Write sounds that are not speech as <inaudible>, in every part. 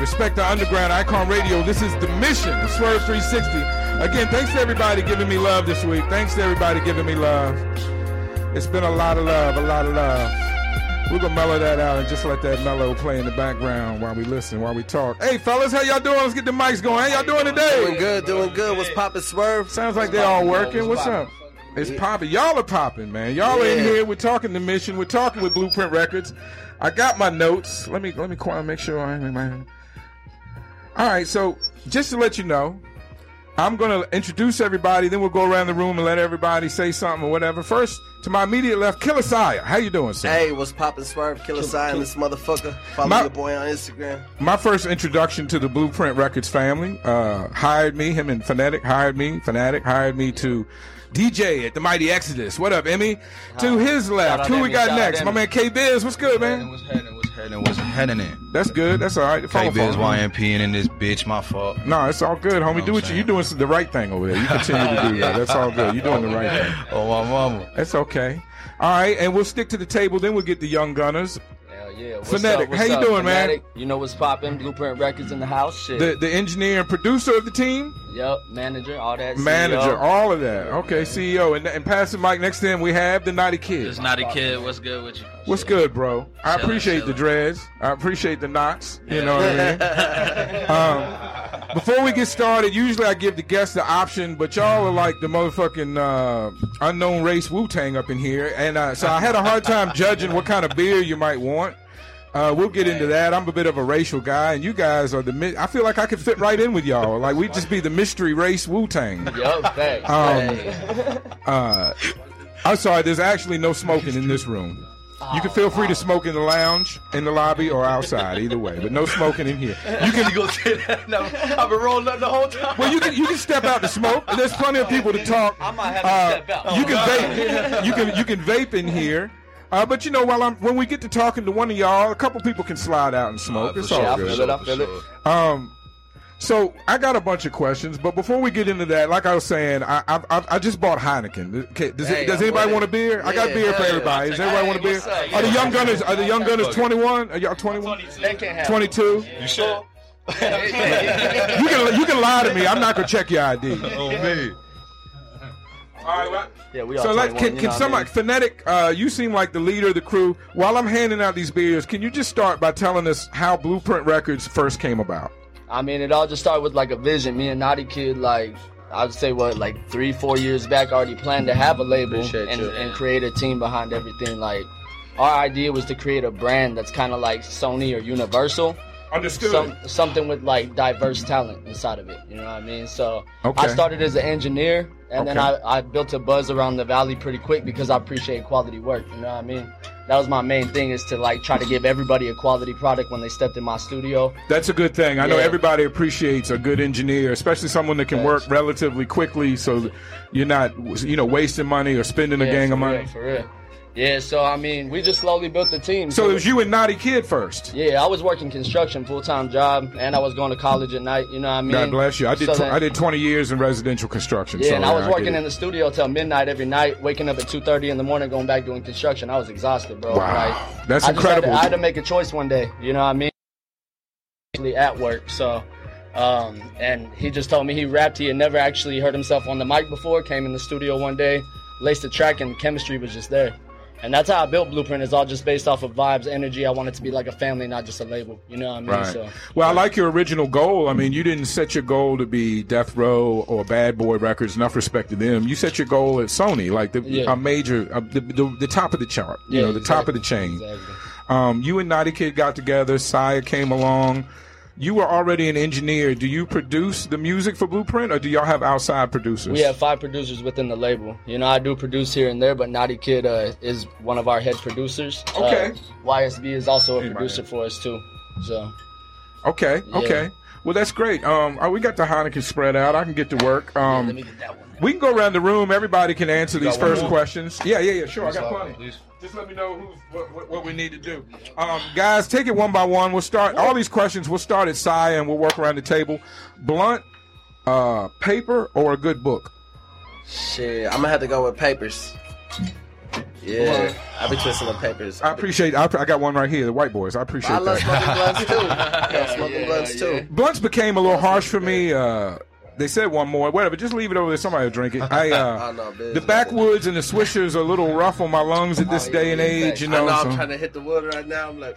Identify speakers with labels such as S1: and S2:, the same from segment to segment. S1: Respect the Underground, Icon Radio. This is The Mission, Swerve 360. Again, thanks to everybody giving me love this week. Thanks to everybody giving me love. It's been a lot of love, a lot of love. We're going to mellow that out and just let that mellow play in the background while we listen, while we talk. Hey, fellas, how y'all doing? Let's get the mics going. How y'all doing today?
S2: Doing good, doing good. What's poppin', Swerve?
S1: Sounds like they all working. What's up? It's popping. Y'all are popping, man. Y'all are in
S2: Yeah.
S1: here. We're talking the mission. We're talking with Blueprint Records. I got my notes. Let me let me qu- make sure I ain't my. All right, so just to let you know, I'm gonna introduce everybody. Then we'll go around the room and let everybody say something or whatever. First, to my immediate left, Killer Sire. How you doing, sir?
S2: Hey, what's poppin', Swerve? Killer Sign, this motherfucker. Follow
S1: My-
S2: your boy on Instagram.
S1: my first introduction to the Blueprint Records family uh, hired me. Him and Fanatic hired me. Fanatic hired me to DJ at the Mighty Exodus. What up, Emmy? To his left,
S3: out
S1: who we
S3: Emmy,
S1: got
S3: shout out
S1: next? My
S3: Emmy.
S1: man K Biz. What's good,
S3: Heading
S1: man?
S3: was heading was heading was heading in.
S1: That's good. That's all right. Follow-
S3: K Biz
S1: follow.
S3: YMP and in this bitch, my fault.
S1: No, it's all good, homie.
S3: what I'm
S1: Do what you
S3: saying?
S1: you doing the right thing over there. You continue
S3: <laughs>
S1: to do that. That's all good. You're doing the right thing.
S3: Oh my mama.
S1: That's okay. All right, and we'll stick to the table. Then we'll get the young gunners.
S4: Hell yeah. What's
S1: Phonetic.
S4: up? What's
S1: How you
S4: up,
S1: doing, man?
S4: Phonetic? You know what's poppin'? Blueprint Records in the house. Shit.
S1: The the engineer and producer of the team.
S4: yep. Manager, all that.
S1: manager,
S4: CEO.
S1: all of that. Okay, CEO, and, and pass the mic. Next to him, we have the naughty kid.
S5: It's not a kid. What's good with you?
S1: What's good, bro? I
S5: Chillin',
S1: appreciate the
S5: chillin'.
S1: dreads. I appreciate the knots. You know what I mean? Um, before we get started, usually I give the guests the option, but y'all are like the motherfucking uh, unknown race Wu Tang up in here, and uh, so I had a hard time judging what kind of beer you might want. Uh, we'll get into that. I'm a bit of a racial guy, and you guys are the. Mi- I feel like I could fit right in with y'all. Like we'd just be the mystery race Wu Tang. <laughs>
S4: Yup, thanks.
S1: Um,
S4: Hey.
S1: Uh, I'm sorry, there's actually no smoking in this room. You can feel free to smoke in the lounge, in the lobby, or outside, either way, but no smoking in here. You can
S3: go say that. No, I've been rolling up the whole time.
S1: well, you can you can step out to smoke. There's plenty of people to talk. I
S4: might have to step out.
S1: You can vape. You can you can vape in here. Uh, but you know, while I'm when we get to talking to one of y'all, a couple people can slide out and smoke. it's all
S4: Uh, sure. I
S1: good.
S4: feel it, I feel it.
S1: Um, so I got a bunch of questions, but before we get into that, like I was saying, I I, I, I just bought Heineken. Okay, does, it,
S2: Hey,
S1: does
S2: I'm
S1: anybody
S2: with
S1: want a
S2: it.
S1: beer? I got
S2: Yeah,
S1: beer for
S2: hell yeah.
S1: everybody. Does everybody want a beer?
S4: what's up?
S1: Are the young gunners? Are the young gunners 21? Are y'all 21?
S4: That can't happen.
S1: 22?
S3: You <laughs> sure?
S1: <laughs> You can you can lie to me. I'm not gonna check your
S4: <laughs>
S1: ID.
S3: Oh me.
S1: All right. Well,
S4: Yeah, we all
S1: So let
S4: 21,
S1: can,
S4: you
S1: can
S4: know what I
S1: somebody
S4: mean?
S1: phonetic? Uh, you seem like the leader of the crew. While I'm handing out these beers, can you just start by telling us how Blueprint Records first came about?
S4: I mean, it all just started with like a vision. Me and Naughty Kid, like I would say, what like three, four years back, already planned to have a label
S2: Appreciate
S4: and,
S2: you.
S4: and create a team behind everything. Like our idea was to create a brand that's kind of like Sony or Universal,
S1: Understood.
S4: some, something with like diverse talent inside of it. You know what I mean? So
S1: Okay.
S4: I started as an engineer, and then
S1: Okay.
S4: I, I built a buzz around the valley pretty quick because I appreciate quality work. You know what I mean? That was my main thing is to like try to give everybody a quality product when they stepped in my studio.
S1: That's a good thing. I know
S4: Yeah.
S1: everybody appreciates a good engineer, especially someone that can work relatively quickly, so that you're not you know wasting money or spending a
S4: Yeah,
S1: gang
S4: for
S1: of money.
S4: real, for real. Yeah, so I mean, we just slowly built the team.
S1: So it was you and Naughty Kid first.
S4: Yeah, I was working construction full time job, and I was going to college at night. You know what I mean?
S1: God bless you. I did
S4: So
S1: tw-
S4: then-
S1: I did 20 years in residential construction.
S4: Yeah,
S1: so,
S4: and I was
S1: get it.
S4: working in the studio till midnight every night, waking up at two thirty in the morning, going back doing construction. I was exhausted, bro.
S1: Wow.
S4: Like,
S1: That's
S4: I just had to-
S1: incredible.
S4: I had to make a choice one day. You know what I mean? Actually At work, so. Um, and he just told me he rapped. He had never actually heard himself on the mic before. Came in the studio one day, laced the track, and chemistry was just there. And that's how I built Blueprint. It's all just based off of vibes, energy. I want it to be like a family, not just a label. You know what I mean?
S1: Right.
S4: So
S1: well, I like your original goal. I mean, you didn't set your goal to be Death Row or Bad Boy Records. Enough respect to them. You set your goal at Sony, like the,
S4: Yeah.
S1: a major, uh, the, the the top of the chart. You
S4: Yeah,
S1: know, the top of the chain.
S4: exactly.
S1: Um, you and Naughty Kid got together. Saya came along. You were already an engineer. Do you produce the music for Blueprint, or do y'all have outside producers?
S4: We have five producers within the label. You know, I do produce here and there, but Naughty Kid uh, is one of our head producers.
S1: Okay.
S4: Uh, YSB is also a
S1: Hey, my
S4: producer
S1: man.
S4: for us too. So
S1: Okay.
S4: Yeah.
S1: Okay. Well, that's great. Um, oh, we got the Heineken spread out. I can get to work. Um,
S4: let me get that one.
S1: we can go around the room. Everybody can answer these
S3: got one
S1: first
S3: more?
S1: questions. Yeah, yeah, yeah. Sure, I got plenty.
S3: Please.
S1: Just let me know who's, what, what, what we need to do. Um, guys, take it one by one. We'll start all these questions. We'll start at Saya and we'll work around the table. Blunt, uh, paper, or a good book?
S2: Shit, I'm gonna have to go with papers. Yeah, I be twisting the papers.
S1: I appreciate. I, I got one right here. The white boys. I appreciate
S2: I love
S1: that.
S2: smoking blunts
S1: <laughs>
S2: too. I love smoking
S4: Yeah,
S2: blunts
S4: yeah.
S2: too.
S1: Blunts became a little harsh for me. Uh, they said one more, whatever. Just leave it over there. Somebody will drink it. I, uh,
S2: I know, bitch.
S1: the backwoods and the swishers are a little rough on my lungs at this
S4: Oh, yeah,
S1: day and
S4: yeah,
S1: age. You
S2: I
S1: know,
S2: know I'm
S1: so-
S2: trying to hit the wood right now. I'm like,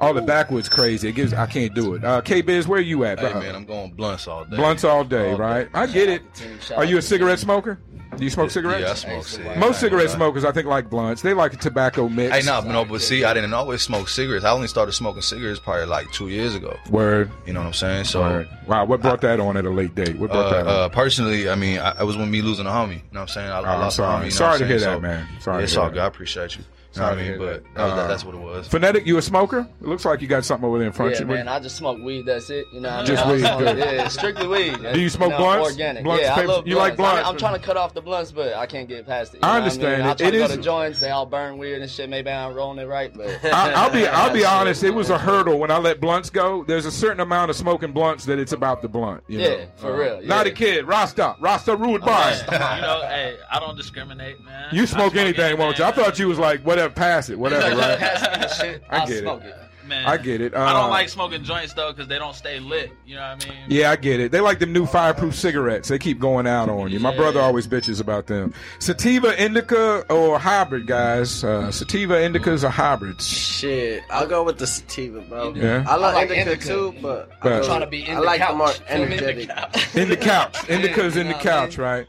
S1: all the backwoods crazy. It gives. I can't do it. Uh, K Biz, where you at?
S3: Hey
S1: bro?
S3: man, I'm going blunts all day.
S1: Blunts all day,
S3: All day.
S1: right? I get it.
S4: Shout
S1: Are
S4: out
S1: you a
S4: to
S1: cigarette smoker? Do you
S3: Yeah,
S1: smoke
S3: I
S1: cigarettes?
S3: smoke cigarettes.
S1: Most cigarette
S3: Yeah.
S1: smokers, I think, like blunts. They like a tobacco mix.
S3: Hey, no, no, but see, I didn't always smoke cigarettes. I only started smoking cigarettes probably like two years ago.
S1: Word.
S3: You know what I'm saying? So,
S1: Word. Wow, what brought that on at a late date? What
S3: uh,
S1: brought that on?
S3: uh, personally, I mean, I, it was when me losing a homie. You know what I'm saying? I, I
S1: Oh,
S3: lost
S1: sorry.
S3: a homie. You know
S1: Sorry
S3: what I'm
S1: to hear
S3: saying?
S1: that, man. Sorry to
S3: It's
S1: hear
S3: all
S1: that.
S3: good. I appreciate you. You know
S1: Sorry
S3: what I
S1: to
S3: mean?
S1: hear
S3: But
S1: that.
S3: that was-
S1: Uh,
S3: that's what it was.
S1: Phonetic, you a smoker? It looks like you got something over there in front
S4: Yeah,
S1: of you.
S4: man, I just smoke weed. That's it. You know, what I mean?
S1: Just
S4: I don't
S1: weed,
S4: smoke-
S1: good.
S4: Yeah, strictly weed.
S1: Do you smoke
S4: know,
S1: blunts?
S4: Organic.
S1: Blunts,
S4: yeah, I
S1: papers?
S4: love
S1: You like
S4: blunts. I
S1: blunts?
S4: am trying to cut off the blunts, but I can't get past it. you
S1: I
S4: know what
S1: understand.
S4: I, mean? I try
S1: It
S4: to
S1: is-
S4: go to joints. They all burn weird and shit. Maybe I'm rolling it right,
S1: <laughs>
S4: but
S1: I, I'll be I'll
S4: <laughs>
S1: be honest. It was a hurdle when I let blunts go. There's a certain amount of smoking blunts that it's about the blunt. you
S4: Yeah,
S1: know?
S4: for real,
S1: Not
S4: yeah.
S1: a kid. Rasta, Rasta rude
S5: you
S1: by.
S5: know, hey, I don't discriminate, man.
S1: You
S5: I
S1: smoke anything, won't you? I thought you was like whatever, pass it,
S4: <laughs>
S1: whatever. Right?
S4: shit,
S1: I
S4: I'll
S1: get it.
S4: smoke it.
S5: Man,
S1: I get it.
S5: I
S1: Uh,
S5: don't like smoking joints though, because they don't stay lit. You know what I mean?
S1: Yeah, I get it. They like them new fireproof cigarettes. They keep going out on you. My
S5: Yeah.
S1: brother always bitches about them. Sativa, indica, or hybrid, guys. Uh, sativa, indicas, or hybrids.
S2: shit. I'll go with the sativa, bro.
S1: Yeah.
S2: I love
S4: I like
S2: indica,
S4: indica.
S2: too, but
S1: But-
S2: I,
S1: I'm
S2: go-
S1: trying
S4: to be in
S2: I
S4: the
S2: like
S4: couch.
S2: the more
S4: Feel me?
S2: energetic.
S1: In the
S5: <laughs>
S1: couch. Indica's in the
S4: Nah,
S1: couch, right?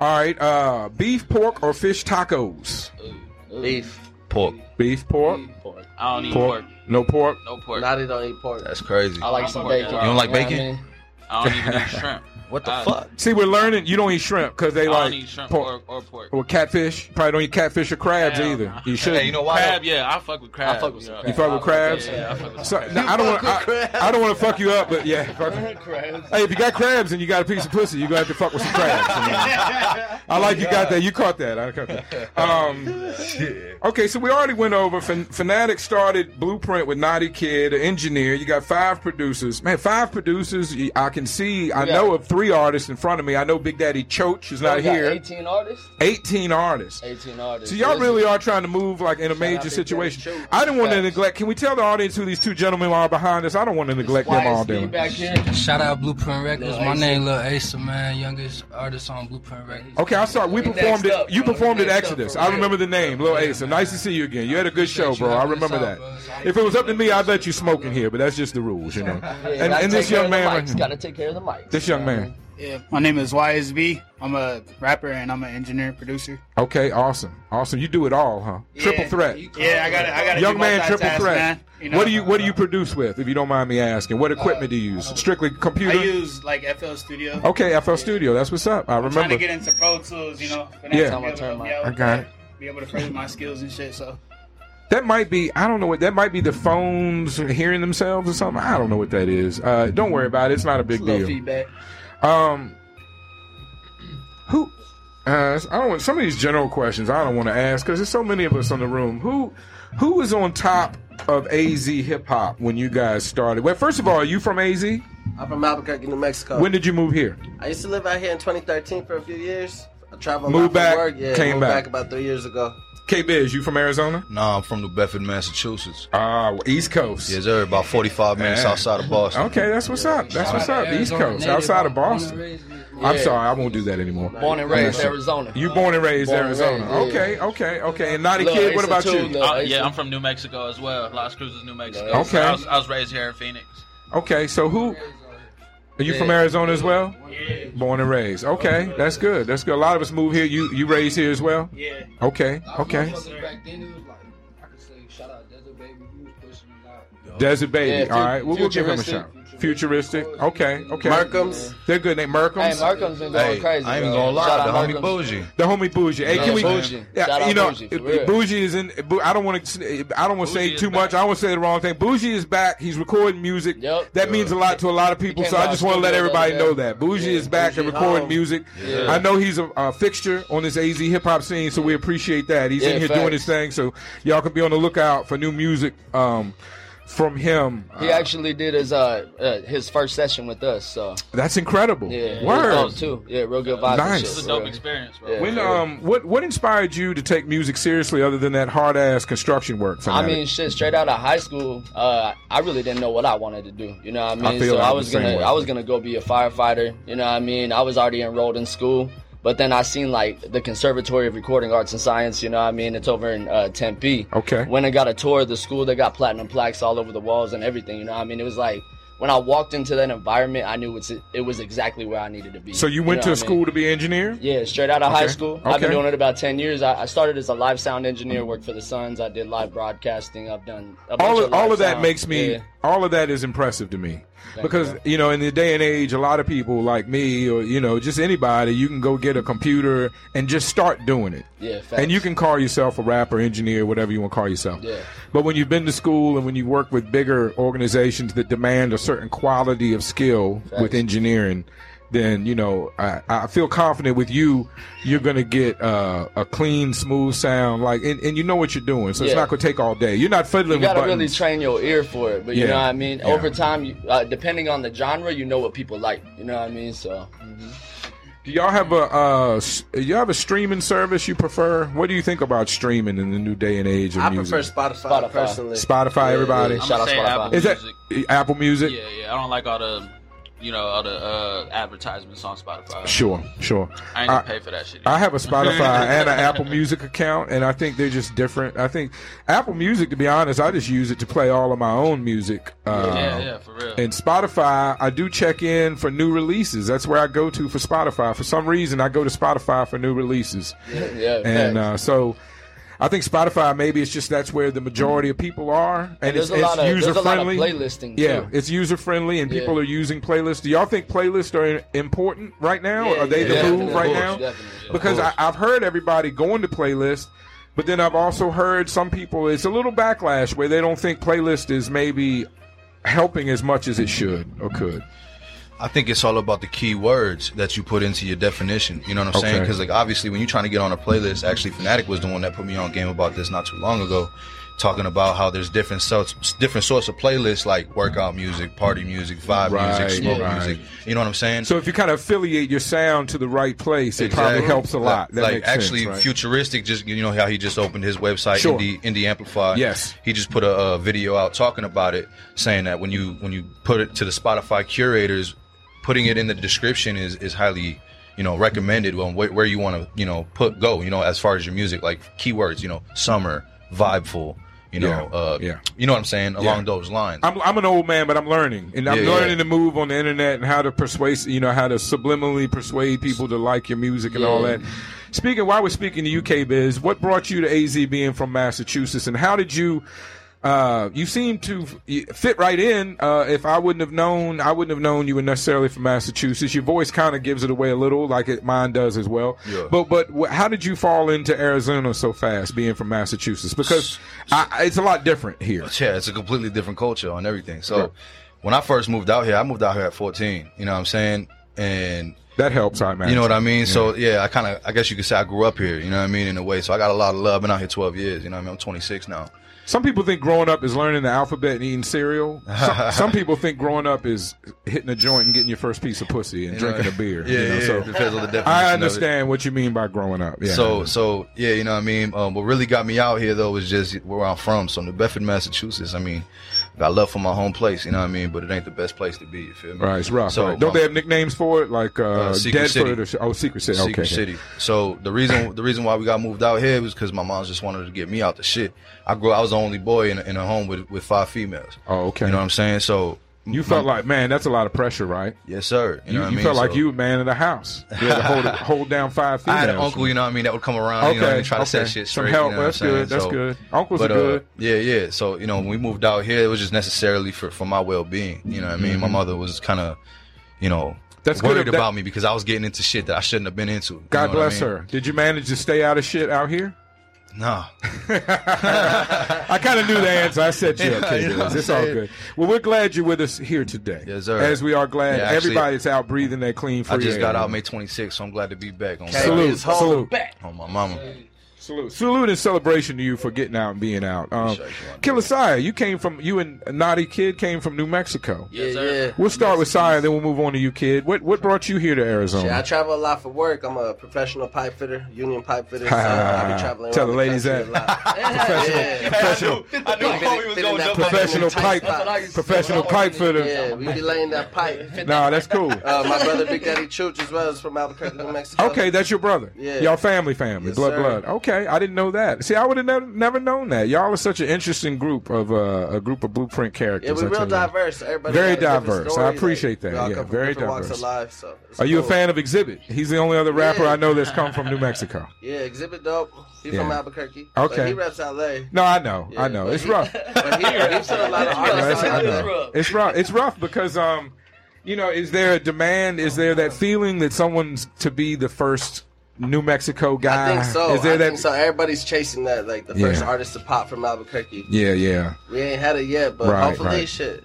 S1: All right. Uh, beef, pork, or fish tacos?
S2: Beef.
S3: Pork.
S1: Beef, pork.
S5: I don't eat
S1: Pork.
S5: Mm, pork.
S1: No pork.
S5: No pork.
S2: Naughty don't eat pork.
S3: That's crazy.
S4: I like some
S5: You
S4: bacon.
S5: don't
S3: like
S4: know what I
S3: bacon?
S4: mean?
S5: I don't
S4: <laughs>
S5: even eat shrimp.
S3: what the
S5: I-
S3: fuck?
S1: See, we're learning. You don't eat shrimp because they
S5: I
S1: like
S5: don't eat shrimp
S1: pork.
S5: or, or pork.
S1: Or catfish. Probably don't eat catfish or crabs
S5: Hell
S1: either.
S5: nah.
S1: You should.
S3: Hey, you know why?
S5: Crab, yeah, I fuck with crab.
S4: I fuck with some
S5: you know.
S1: You
S4: crab.
S1: fuck with crabs.
S5: Yeah, I fuck with
S1: So,
S5: some crabs.
S1: no, I don't want.
S2: fuck with
S1: I,
S2: crabs?
S1: I don't want to fuck you up, but yeah. fuck- Hey, if you got crabs and you got a piece of pussy, you gonna have to fuck with some crabs. you know? I like you got that. You caught that. I caught that. Um,
S3: Shit.
S1: okay, so we already went over. Fan- Fanatic started Blueprint with Naughty Kid, an engineer. You got five producers. Man, five producers. y- I can see. I
S4: Yeah.
S1: know of three artists in front of me. I know Big Daddy Choach is
S4: We
S1: not
S4: got
S1: here.
S4: 18 artists.
S1: 18 artists.
S4: 18 artists.
S1: So y'all
S4: Listen,
S1: really are trying to move like in a
S4: out
S1: major
S4: Big
S1: situation.
S4: Daddy Choate.
S1: I didn't want to
S4: Facts.
S1: neglect. Can we tell the audience who these two gentlemen are behind us? I don't want to neglect them all
S4: YSB
S1: day.
S4: back here.
S6: Shout out Blueprint Records.
S4: Lil
S6: My
S4: Asa.
S6: name Lil Asa, man. Youngest artist on Blueprint Records.
S1: Okay, I'll start. We
S4: Next
S1: performed
S4: up,
S1: it. You
S4: bro.
S1: performed at
S4: Next up,
S1: Exodus.
S4: for
S1: I
S4: real.
S1: remember the name, Lil Asa. Nice to see you again. You had a good show,
S6: Appreciate you
S1: bro. I
S6: helping
S1: remember
S6: us out,
S1: that.
S6: bro.
S1: If it was up to me, I'd let you smoke in here, but that's just the rules, you know.
S4: Yeah,
S1: And,
S4: gotta
S1: and this
S4: take care
S1: young
S4: of the
S1: man,
S4: mics,
S1: right here-
S4: Gotta take care of the mic.
S1: this young man.
S7: Yeah, my name is YSB. I'm a rapper and I'm an engineer and producer.
S1: Okay, awesome, awesome. You do it all, huh? Triple threat.
S7: Yeah, I got to I got to
S1: Young man, triple threat.
S7: Man. You know,
S1: What do you What do you produce with? If you don't mind me asking, what equipment do you use? Strictly
S7: I
S1: computer.
S7: use like FL Studio.
S1: Okay, FL Studio. That's what's up. I
S7: I'm trying
S1: remember.
S7: to get into Pro Tools, you know. for
S1: Yeah.
S7: next
S4: Time
S7: time
S4: I
S7: be able to
S4: turn
S7: help
S4: my-
S7: me out
S1: I
S7: with
S1: got
S7: that, Be able to further my skills and shit. So
S1: That might be, I don't know what, that might be the phones hearing themselves or something. I don't know what that is. Uh, don't worry about it. It's not a big
S4: A little
S1: deal.
S4: feedback.
S1: Um, who, uh, I don't want, some of these general questions I don't want to ask because there's so many of us in the room. Who, who was on top of AZ hip hop when you guys started? Well, first of all, are you from AZ?
S2: I'm from Albuquerque, New Mexico.
S1: When did you move here?
S2: I used to live out here in 2013 for a few years. I traveled
S1: Moved
S2: a lot for
S1: back,
S2: work. Yeah,
S1: came
S2: moved
S1: back.
S2: about three years ago.
S1: K Biz, you from Arizona?
S3: Nah, I'm from New Bedford, Massachusetts.
S1: Ah, well, East Coast.
S3: Yes, sir. About 45 minutes
S1: Yeah.
S3: outside of Boston.
S1: Okay, that's what's up. That's what's up. East
S6: Arizona
S1: Coast,
S6: native,
S1: outside of
S6: born and
S1: Boston.
S6: raised in-
S1: I'm
S4: Yeah.
S1: sorry, I won't do that anymore.
S4: Born and raised Arizona.
S1: You born and raised
S4: Born and
S1: Arizona.
S4: raised, yeah.
S1: Okay, okay, okay. And naughty
S4: Lil
S1: kid, what
S4: Asa
S1: about
S4: too,
S1: you?
S4: Lil
S5: Uh,
S4: Asa.
S5: yeah, I'm from New Mexico as well. Las Cruces, New Mexico.
S4: Yeah.
S1: Okay.
S5: I was, I was raised here in Phoenix.
S1: Okay, so who? Are you from
S4: Yeah.
S1: Arizona as well? Yeah. Born and raised. Okay, that's good. That's good. A lot of us move here. You you raised here as well?
S7: yeah,
S1: Okay, okay.
S6: Back then, it was like, I could say, shout out Desert Baby. He was pushing it out.
S1: Desert Baby.
S4: Yeah,
S1: All right, we'll, we'll give him a
S4: futuristic.
S1: shot. Futuristic. Okay, okay.
S2: Markham's.
S1: They're good. They Merkums.
S4: Hey, Markham's been going
S3: Hey,
S4: crazy.
S3: I ain't even
S4: bro.
S3: gonna lie,
S4: Shout
S3: the
S4: out
S3: homie
S4: Markham's.
S3: Bougie.
S1: The homie Bougie. Hey, can
S4: Yeah,
S1: we?
S4: Bougie. Shout
S1: Yeah,
S4: out
S1: you know,
S4: Bougie, for real.
S1: it- Bougie is in. Bou- I don't want to. I don't want to say
S5: Bougie is
S1: too much. I don't want to say the wrong thing. Bougie is back. He's recording music.
S4: Yep.
S1: That means a lot to a lot of people.
S4: He came
S1: So I
S4: out
S1: just want to let
S4: studio
S1: everybody
S4: the other
S1: know
S4: day.
S1: that Bougie
S4: Yeah,
S1: is back and
S2: Bougie
S1: recording
S2: home.
S1: music.
S4: Yeah. Mm-hmm.
S1: I know he's a, a fixture on this AZ hip hop scene, so we appreciate that. He's
S4: Yeah,
S1: in here doing his
S4: facts.
S1: thing, so y'all can be on the lookout for new music. Um, from him.
S4: He
S1: Uh,
S4: actually did his uh, uh his first session with us. So
S1: that's incredible.
S4: yeah,
S1: Word.
S4: Oh, too. Yeah, real good vibes.
S1: Nice.
S5: It's a
S4: And
S5: dope
S4: shit, bro.
S5: experience, bro.
S4: Yeah.
S1: When um, what what inspired you to take music seriously other than that hard ass construction work? From
S4: I mean, shit. Straight out of high school, uh, I really didn't know what I wanted to do. You know what I mean?
S1: feel
S4: so
S1: that
S4: I
S1: the
S4: was
S1: same
S4: gonna,
S1: way.
S4: I was gonna go be a firefighter. You know what I mean? I was already enrolled in school, but then I seen like the Conservatory of Recording Arts and Science. You know what I mean? It's over in uh, Tempe.
S1: Okay.
S4: Went and got a tour of the school. They got platinum plaques all over the walls and everything. You know what I mean? It was like. When I walked into that environment, I knew it's, it was exactly where I needed to be.
S1: so you went
S4: know
S1: to
S4: what I mean?
S1: school to be an engineer?
S4: Yeah, straight out of high
S1: Okay.
S4: school. I've been
S1: Okay.
S4: doing it about ten years. I, I started as a live sound engineer, worked for the Suns. I did live broadcasting. I've done a bunch
S1: all
S4: of
S1: of, all
S4: live
S1: of that
S4: sound.
S1: makes me
S4: Yeah.
S1: all of that is impressive to me
S4: Thank
S1: because
S4: you.
S1: you. know in the day and age a lot of people like me or you know just anybody you can go get a computer and just start doing it
S4: Yeah, facts.
S1: and you can call yourself a rapper engineer whatever you want to call yourself
S4: Yeah.
S1: but when you've been to school and when you work with bigger organizations that demand a certain quality of skill with
S4: Facts.
S1: engineering then you know I, I feel confident with you you're gonna get uh, a clean smooth sound like and, and you know what you're doing so it's
S4: Yeah.
S1: not gonna take all day you're not fiddling
S4: You gotta
S1: with buttons
S4: really train your ear for it, but you
S1: Yeah.
S4: know what I mean.
S1: Yeah.
S4: Over time, you, uh, depending on the genre, you know what people like. You know what I mean. So
S1: Do y'all have a uh, s- y'all have a streaming service you prefer? What do you think about streaming in the new day and age of
S2: I
S1: music?
S2: prefer Spotify,
S4: Spotify.
S2: personally.
S1: Spotify, everybody.
S4: yeah.
S5: I'm
S4: Shout out
S5: gonna say
S4: Spotify.
S5: Apple
S1: Is that
S5: Music.
S1: uh, Apple Music?
S5: Yeah, yeah. I don't like all the, you know, all the uh, advertisements on Spotify.
S1: Sure, sure.
S5: I ain't gonna
S1: I-
S5: pay for that shit.
S1: I have a Spotify
S4: <laughs>
S1: and an Apple Music account, and I think they're just different. I think Apple Music, to be honest, I just use it to play all of my own music. Uh,
S5: yeah, yeah, for real.
S1: And Spotify, I do check in for new releases. That's where I go to for Spotify. For some reason, I go to Spotify for new releases.
S4: yeah,
S1: and
S4: facts.
S1: uh, so I think Spotify maybe it's just that's where the majority of people are, and, it's,
S4: there's a lot of
S1: user
S4: there's a lot of
S1: friendly.
S4: playlisting.
S1: yeah,
S4: too.
S1: it's user friendly, and
S4: Yeah.
S1: people are using playlists. Do y'all think playlists are important right now?
S4: Yeah,
S1: are they
S4: yeah,
S1: the
S4: definitely,
S1: move
S4: of
S1: right
S4: course,
S1: now?
S4: definitely.
S1: Because I, I've heard everybody going to playlists, but then I've also heard some people it's a little backlash where they don't think playlist is maybe helping as much as it should or could.
S3: I think it's all about the key words that you put into your definition. You know what I'm saying?
S1: Okay.
S3: Because like obviously, when you're trying to get on a playlist, actually, Fnatic was the one that put me on game about this not too long ago, talking about how there's different sorts, different sorts of playlists like workout music, party music, vibe
S1: Right,
S3: music, smoke
S1: yeah.
S3: music. You know what I'm saying?
S1: So if you kind of affiliate your sound to the right place, it probably
S3: Exactly.
S1: helps a lot. That
S3: like
S1: makes
S3: actually,
S1: sense, right?
S3: futuristic. Just you know how he just opened his website,
S1: Sure.
S3: indie, indie Amplify.
S1: Yes.
S3: he just put a, uh video out talking about it, saying that when you when you put it to the Spotify curators, putting it in the description is is highly you know recommended on wh- where you want to you know put go you know as far as your music like keywords you know summer vibeful you know
S1: Yeah.
S3: uh
S1: Yeah.
S3: you know what I'm saying along those lines.
S1: I'm, I'm an old man, but I'm learning, and I'm
S3: Yeah, yeah.
S1: learning to move on the internet and how to persuade, you know, how to subliminally persuade people to like your music and all
S4: Yeah.
S1: that. Speaking, while we're speaking to UK biz, what brought you to AZ being from Massachusetts, and how did you? Uh, you seem to f- fit right in. Uh, if I wouldn't have known, I wouldn't have known you were necessarily from Massachusetts. Your voice kind of gives it away a little, like it, mine does as well.
S3: Yeah.
S1: But but wh- how did you fall into Arizona so fast, being from Massachusetts? Because I, I- it's a lot different here.
S3: <laughs> Yeah, it's a completely different culture on everything. So when I first moved out here, I moved out here at 14. You know what I'm saying? And
S1: That helps, I imagine.
S3: you know what I mean? So yeah, I kind of, I guess you could say I grew up here. You know what I mean? In a way, so I got a lot of love. Been out here 12 years. You know what I mean? I'm 26 now.
S1: Some people think growing up is learning the alphabet and eating cereal.
S3: <laughs>
S1: Some, some people think growing up is hitting a joint and getting your first piece of pussy and
S3: You know?
S1: drinking a
S3: <laughs>
S1: beer.
S3: Yeah,
S1: you know,
S3: yeah.
S1: so
S3: it depends on the definition.
S1: <laughs> I
S3: of it.
S1: understand what you mean by growing up. Yeah.
S3: So so yeah, you know what I mean. Um, what really got me out here though was just where I'm from. So New Bedford, Massachusetts. I mean, I got love for my home place. You know what I mean? But it ain't the best place to be. You feel me?
S1: right, it's rough.
S3: So
S1: right. Don't
S3: um,
S1: they have nicknames for it, like uh,
S3: Secret City.
S1: Deadford or oh Secret City?
S3: Secret
S1: okay.
S3: City. So the reason the reason why we got moved out here was because my mom just wanted to get me out the shit. I grew. I was the only boy in a, in a home with with five females.
S1: Oh, okay.
S3: You know what I'm saying? So
S1: you felt like man, that's a lot of pressure, right?
S3: yes, sir.
S1: You,
S3: know what I
S1: you
S3: mean?
S1: felt like
S3: So-
S1: you were man of the house. You had to
S3: <laughs>
S1: hold, hold down five feet.
S3: I had an uncle, you know what I mean, that would come around, you know, and try to set shit
S1: Some
S3: straight.
S1: help.
S3: you know what
S1: that's
S3: I'm saying?
S1: good. That's
S3: So-
S1: good. Uncles
S3: but,
S1: are good.
S3: Uh, yeah, yeah. So you know, when we moved out here, it was just necessarily for for my well being. You know what I mean?
S1: Mm-hmm.
S3: My mother was kind of, you know,
S1: That's good
S3: worried
S1: of that-
S3: about me because I was getting into shit that I shouldn't have been into. You
S1: God
S3: know what I
S1: bless
S3: mean?
S1: her. Did you manage to stay out of shit out here?
S3: Nah,
S1: I kind of knew the answer.
S3: <laughs>
S1: I said you
S3: Yeah,
S1: okay,
S3: you know
S1: Diz.
S3: what
S1: It's
S3: I'm
S1: all
S3: saying?
S1: good. Well, we're glad you're with us here today.
S3: Yes, sir.
S1: As we are glad
S3: Yeah, actually,
S1: everybody's out breathing their clean free
S3: I just
S1: air.
S3: got out May 26th, so I'm glad to be back on
S1: Salute,
S2: It's home
S1: salute.
S2: back.
S3: on my mama.
S1: Salute. Salute and celebration to you for getting out and being out. Um, Killer Sire, you came from, you and Naughty Kid came from New Mexico.
S5: Yes,
S2: yeah,
S5: sir.
S2: yeah.
S1: We'll start with Sire, then we'll move on to you, kid. What what brought you here to
S2: Shit, I
S1: Arizona?
S2: travel a lot for work. I'm a professional pipe fitter, union pipe
S1: <laughs>
S2: fitter. So I be traveling.
S1: Tell
S2: around
S1: the ladies
S2: country
S1: <laughs> that.
S2: a lot. Yeah.
S1: Professional,
S3: I knew
S2: Fit
S3: Chloe
S2: in-
S3: was
S2: fit in
S3: going
S2: that
S3: to
S2: pipe.
S1: professional
S2: Tight
S1: pipe,
S2: spots.
S3: <laughs>
S1: professional pipe
S2: Yeah,
S1: fitter.
S2: we be laying that pipe.
S1: Nah, that's cool.
S2: Uh, my brother Big Daddy Chooch as well is from Albuquerque, New Mexico.
S1: Okay, that's your brother.
S2: Yeah.
S1: Y'all family, family,
S2: Yes,
S1: blood,
S2: sir.
S1: blood. Okay, I didn't know that. See, I would have never, never known that. Y'all are such an interesting group of uh, a group of blueprint characters.
S2: Yeah, we're
S1: I tell
S2: real
S1: you.
S2: diverse. Everybody
S1: Very
S2: got a different
S1: diverse. I
S2: story, like,
S1: appreciate that.
S2: we all
S1: Yeah,
S2: come from
S1: very
S2: different Walks
S1: diverse.
S2: of life, so it's
S1: Are you a
S2: cool.
S1: fan of Exhibit? He's the only other rapper
S2: Yeah.
S1: I know that's
S2: <laughs>
S1: come from New Mexico.
S2: Yeah, Exhibit Dope. He from
S1: Yeah.
S2: Albuquerque.
S1: Okay.
S2: But he reps LA.
S1: No, I know, I
S2: Yeah,
S1: know.
S2: but
S1: It's
S2: he-
S1: rough.
S2: <laughs> But he,
S1: <laughs>
S2: he put a lot of
S1: I know,
S2: artists
S1: it's, I
S2: out
S1: know.
S2: there.
S1: It's rough. It's rough because um, you know, is there a demand? Is there that feeling that someone's to be the first New Mexico guy?
S2: I think so.
S1: Is there
S2: I
S1: that?
S2: think so. Everybody's chasing that, like the
S1: Yeah.
S2: first artist to pop from Albuquerque.
S1: Yeah, yeah.
S2: We ain't had it yet, but
S1: Right,
S2: hopefully
S1: right.
S2: shit.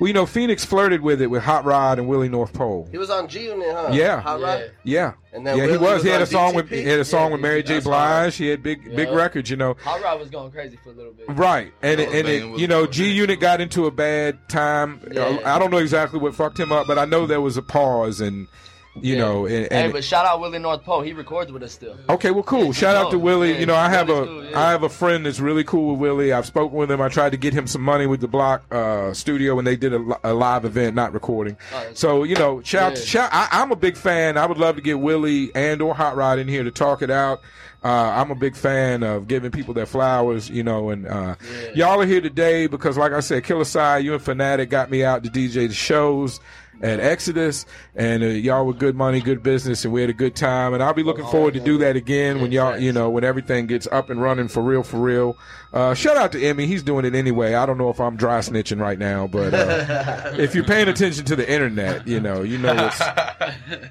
S1: Well, you know, Phoenix flirted with it with Hot Rod and Willie North Pole.
S2: He was on G Unit, huh?
S1: Yeah.
S2: Hot
S4: Yeah.
S2: Rod?
S1: Yeah,
S2: And then
S1: yeah, he
S2: Willie
S1: was. He had
S2: on
S1: a song with
S2: DTP?
S1: he had a song with
S2: Yeah,
S1: Mary J.
S2: that's all right.
S1: Blige. He had big big
S4: Yeah.
S1: records, you know.
S4: Hot Rod was going crazy for a little bit.
S1: Right, and it,
S3: That was
S1: and
S3: banging
S1: it,
S3: with
S1: you know,
S3: Lord
S1: G Unit got into a bad time.
S4: Yeah.
S1: I don't know exactly what fucked him up, but I know there was a pause, and you
S4: Yeah.
S1: know, and,
S4: Hey,
S1: and
S4: but shout out Willie North Pole. He records with us still.
S1: Okay, well, cool. Shout out to
S4: dope.
S1: Willie.
S4: Yeah,
S1: you know, I have a I
S4: Willie's cool, yeah.
S1: have a friend that's really cool with Willie. I've spoken with him. I tried to get him some money with the Block uh, Studio, and they did a, li- a live event, not recording.
S4: Oh, that's
S1: so you know, shout out to
S4: Yeah.
S1: shout. I, I'm a big fan. I would love to get Willie and or Hot Rod in here to talk it out. Uh, I'm a big fan of giving people their flowers, you know, and uh, y'all are here today because, like I said, Killer Side, you and Fanatic got me out to DJ the shows at Exodus, and uh, y'all were good money, good business, and we had a good time. And I'll be looking forward to do that again when y'all, you know, when everything gets up and running for real, for real. Uh, shout out to Emmy, he's doing it anyway. I don't know if I'm dry snitching right now, but uh, if you're paying attention to the internet, you know, you know what's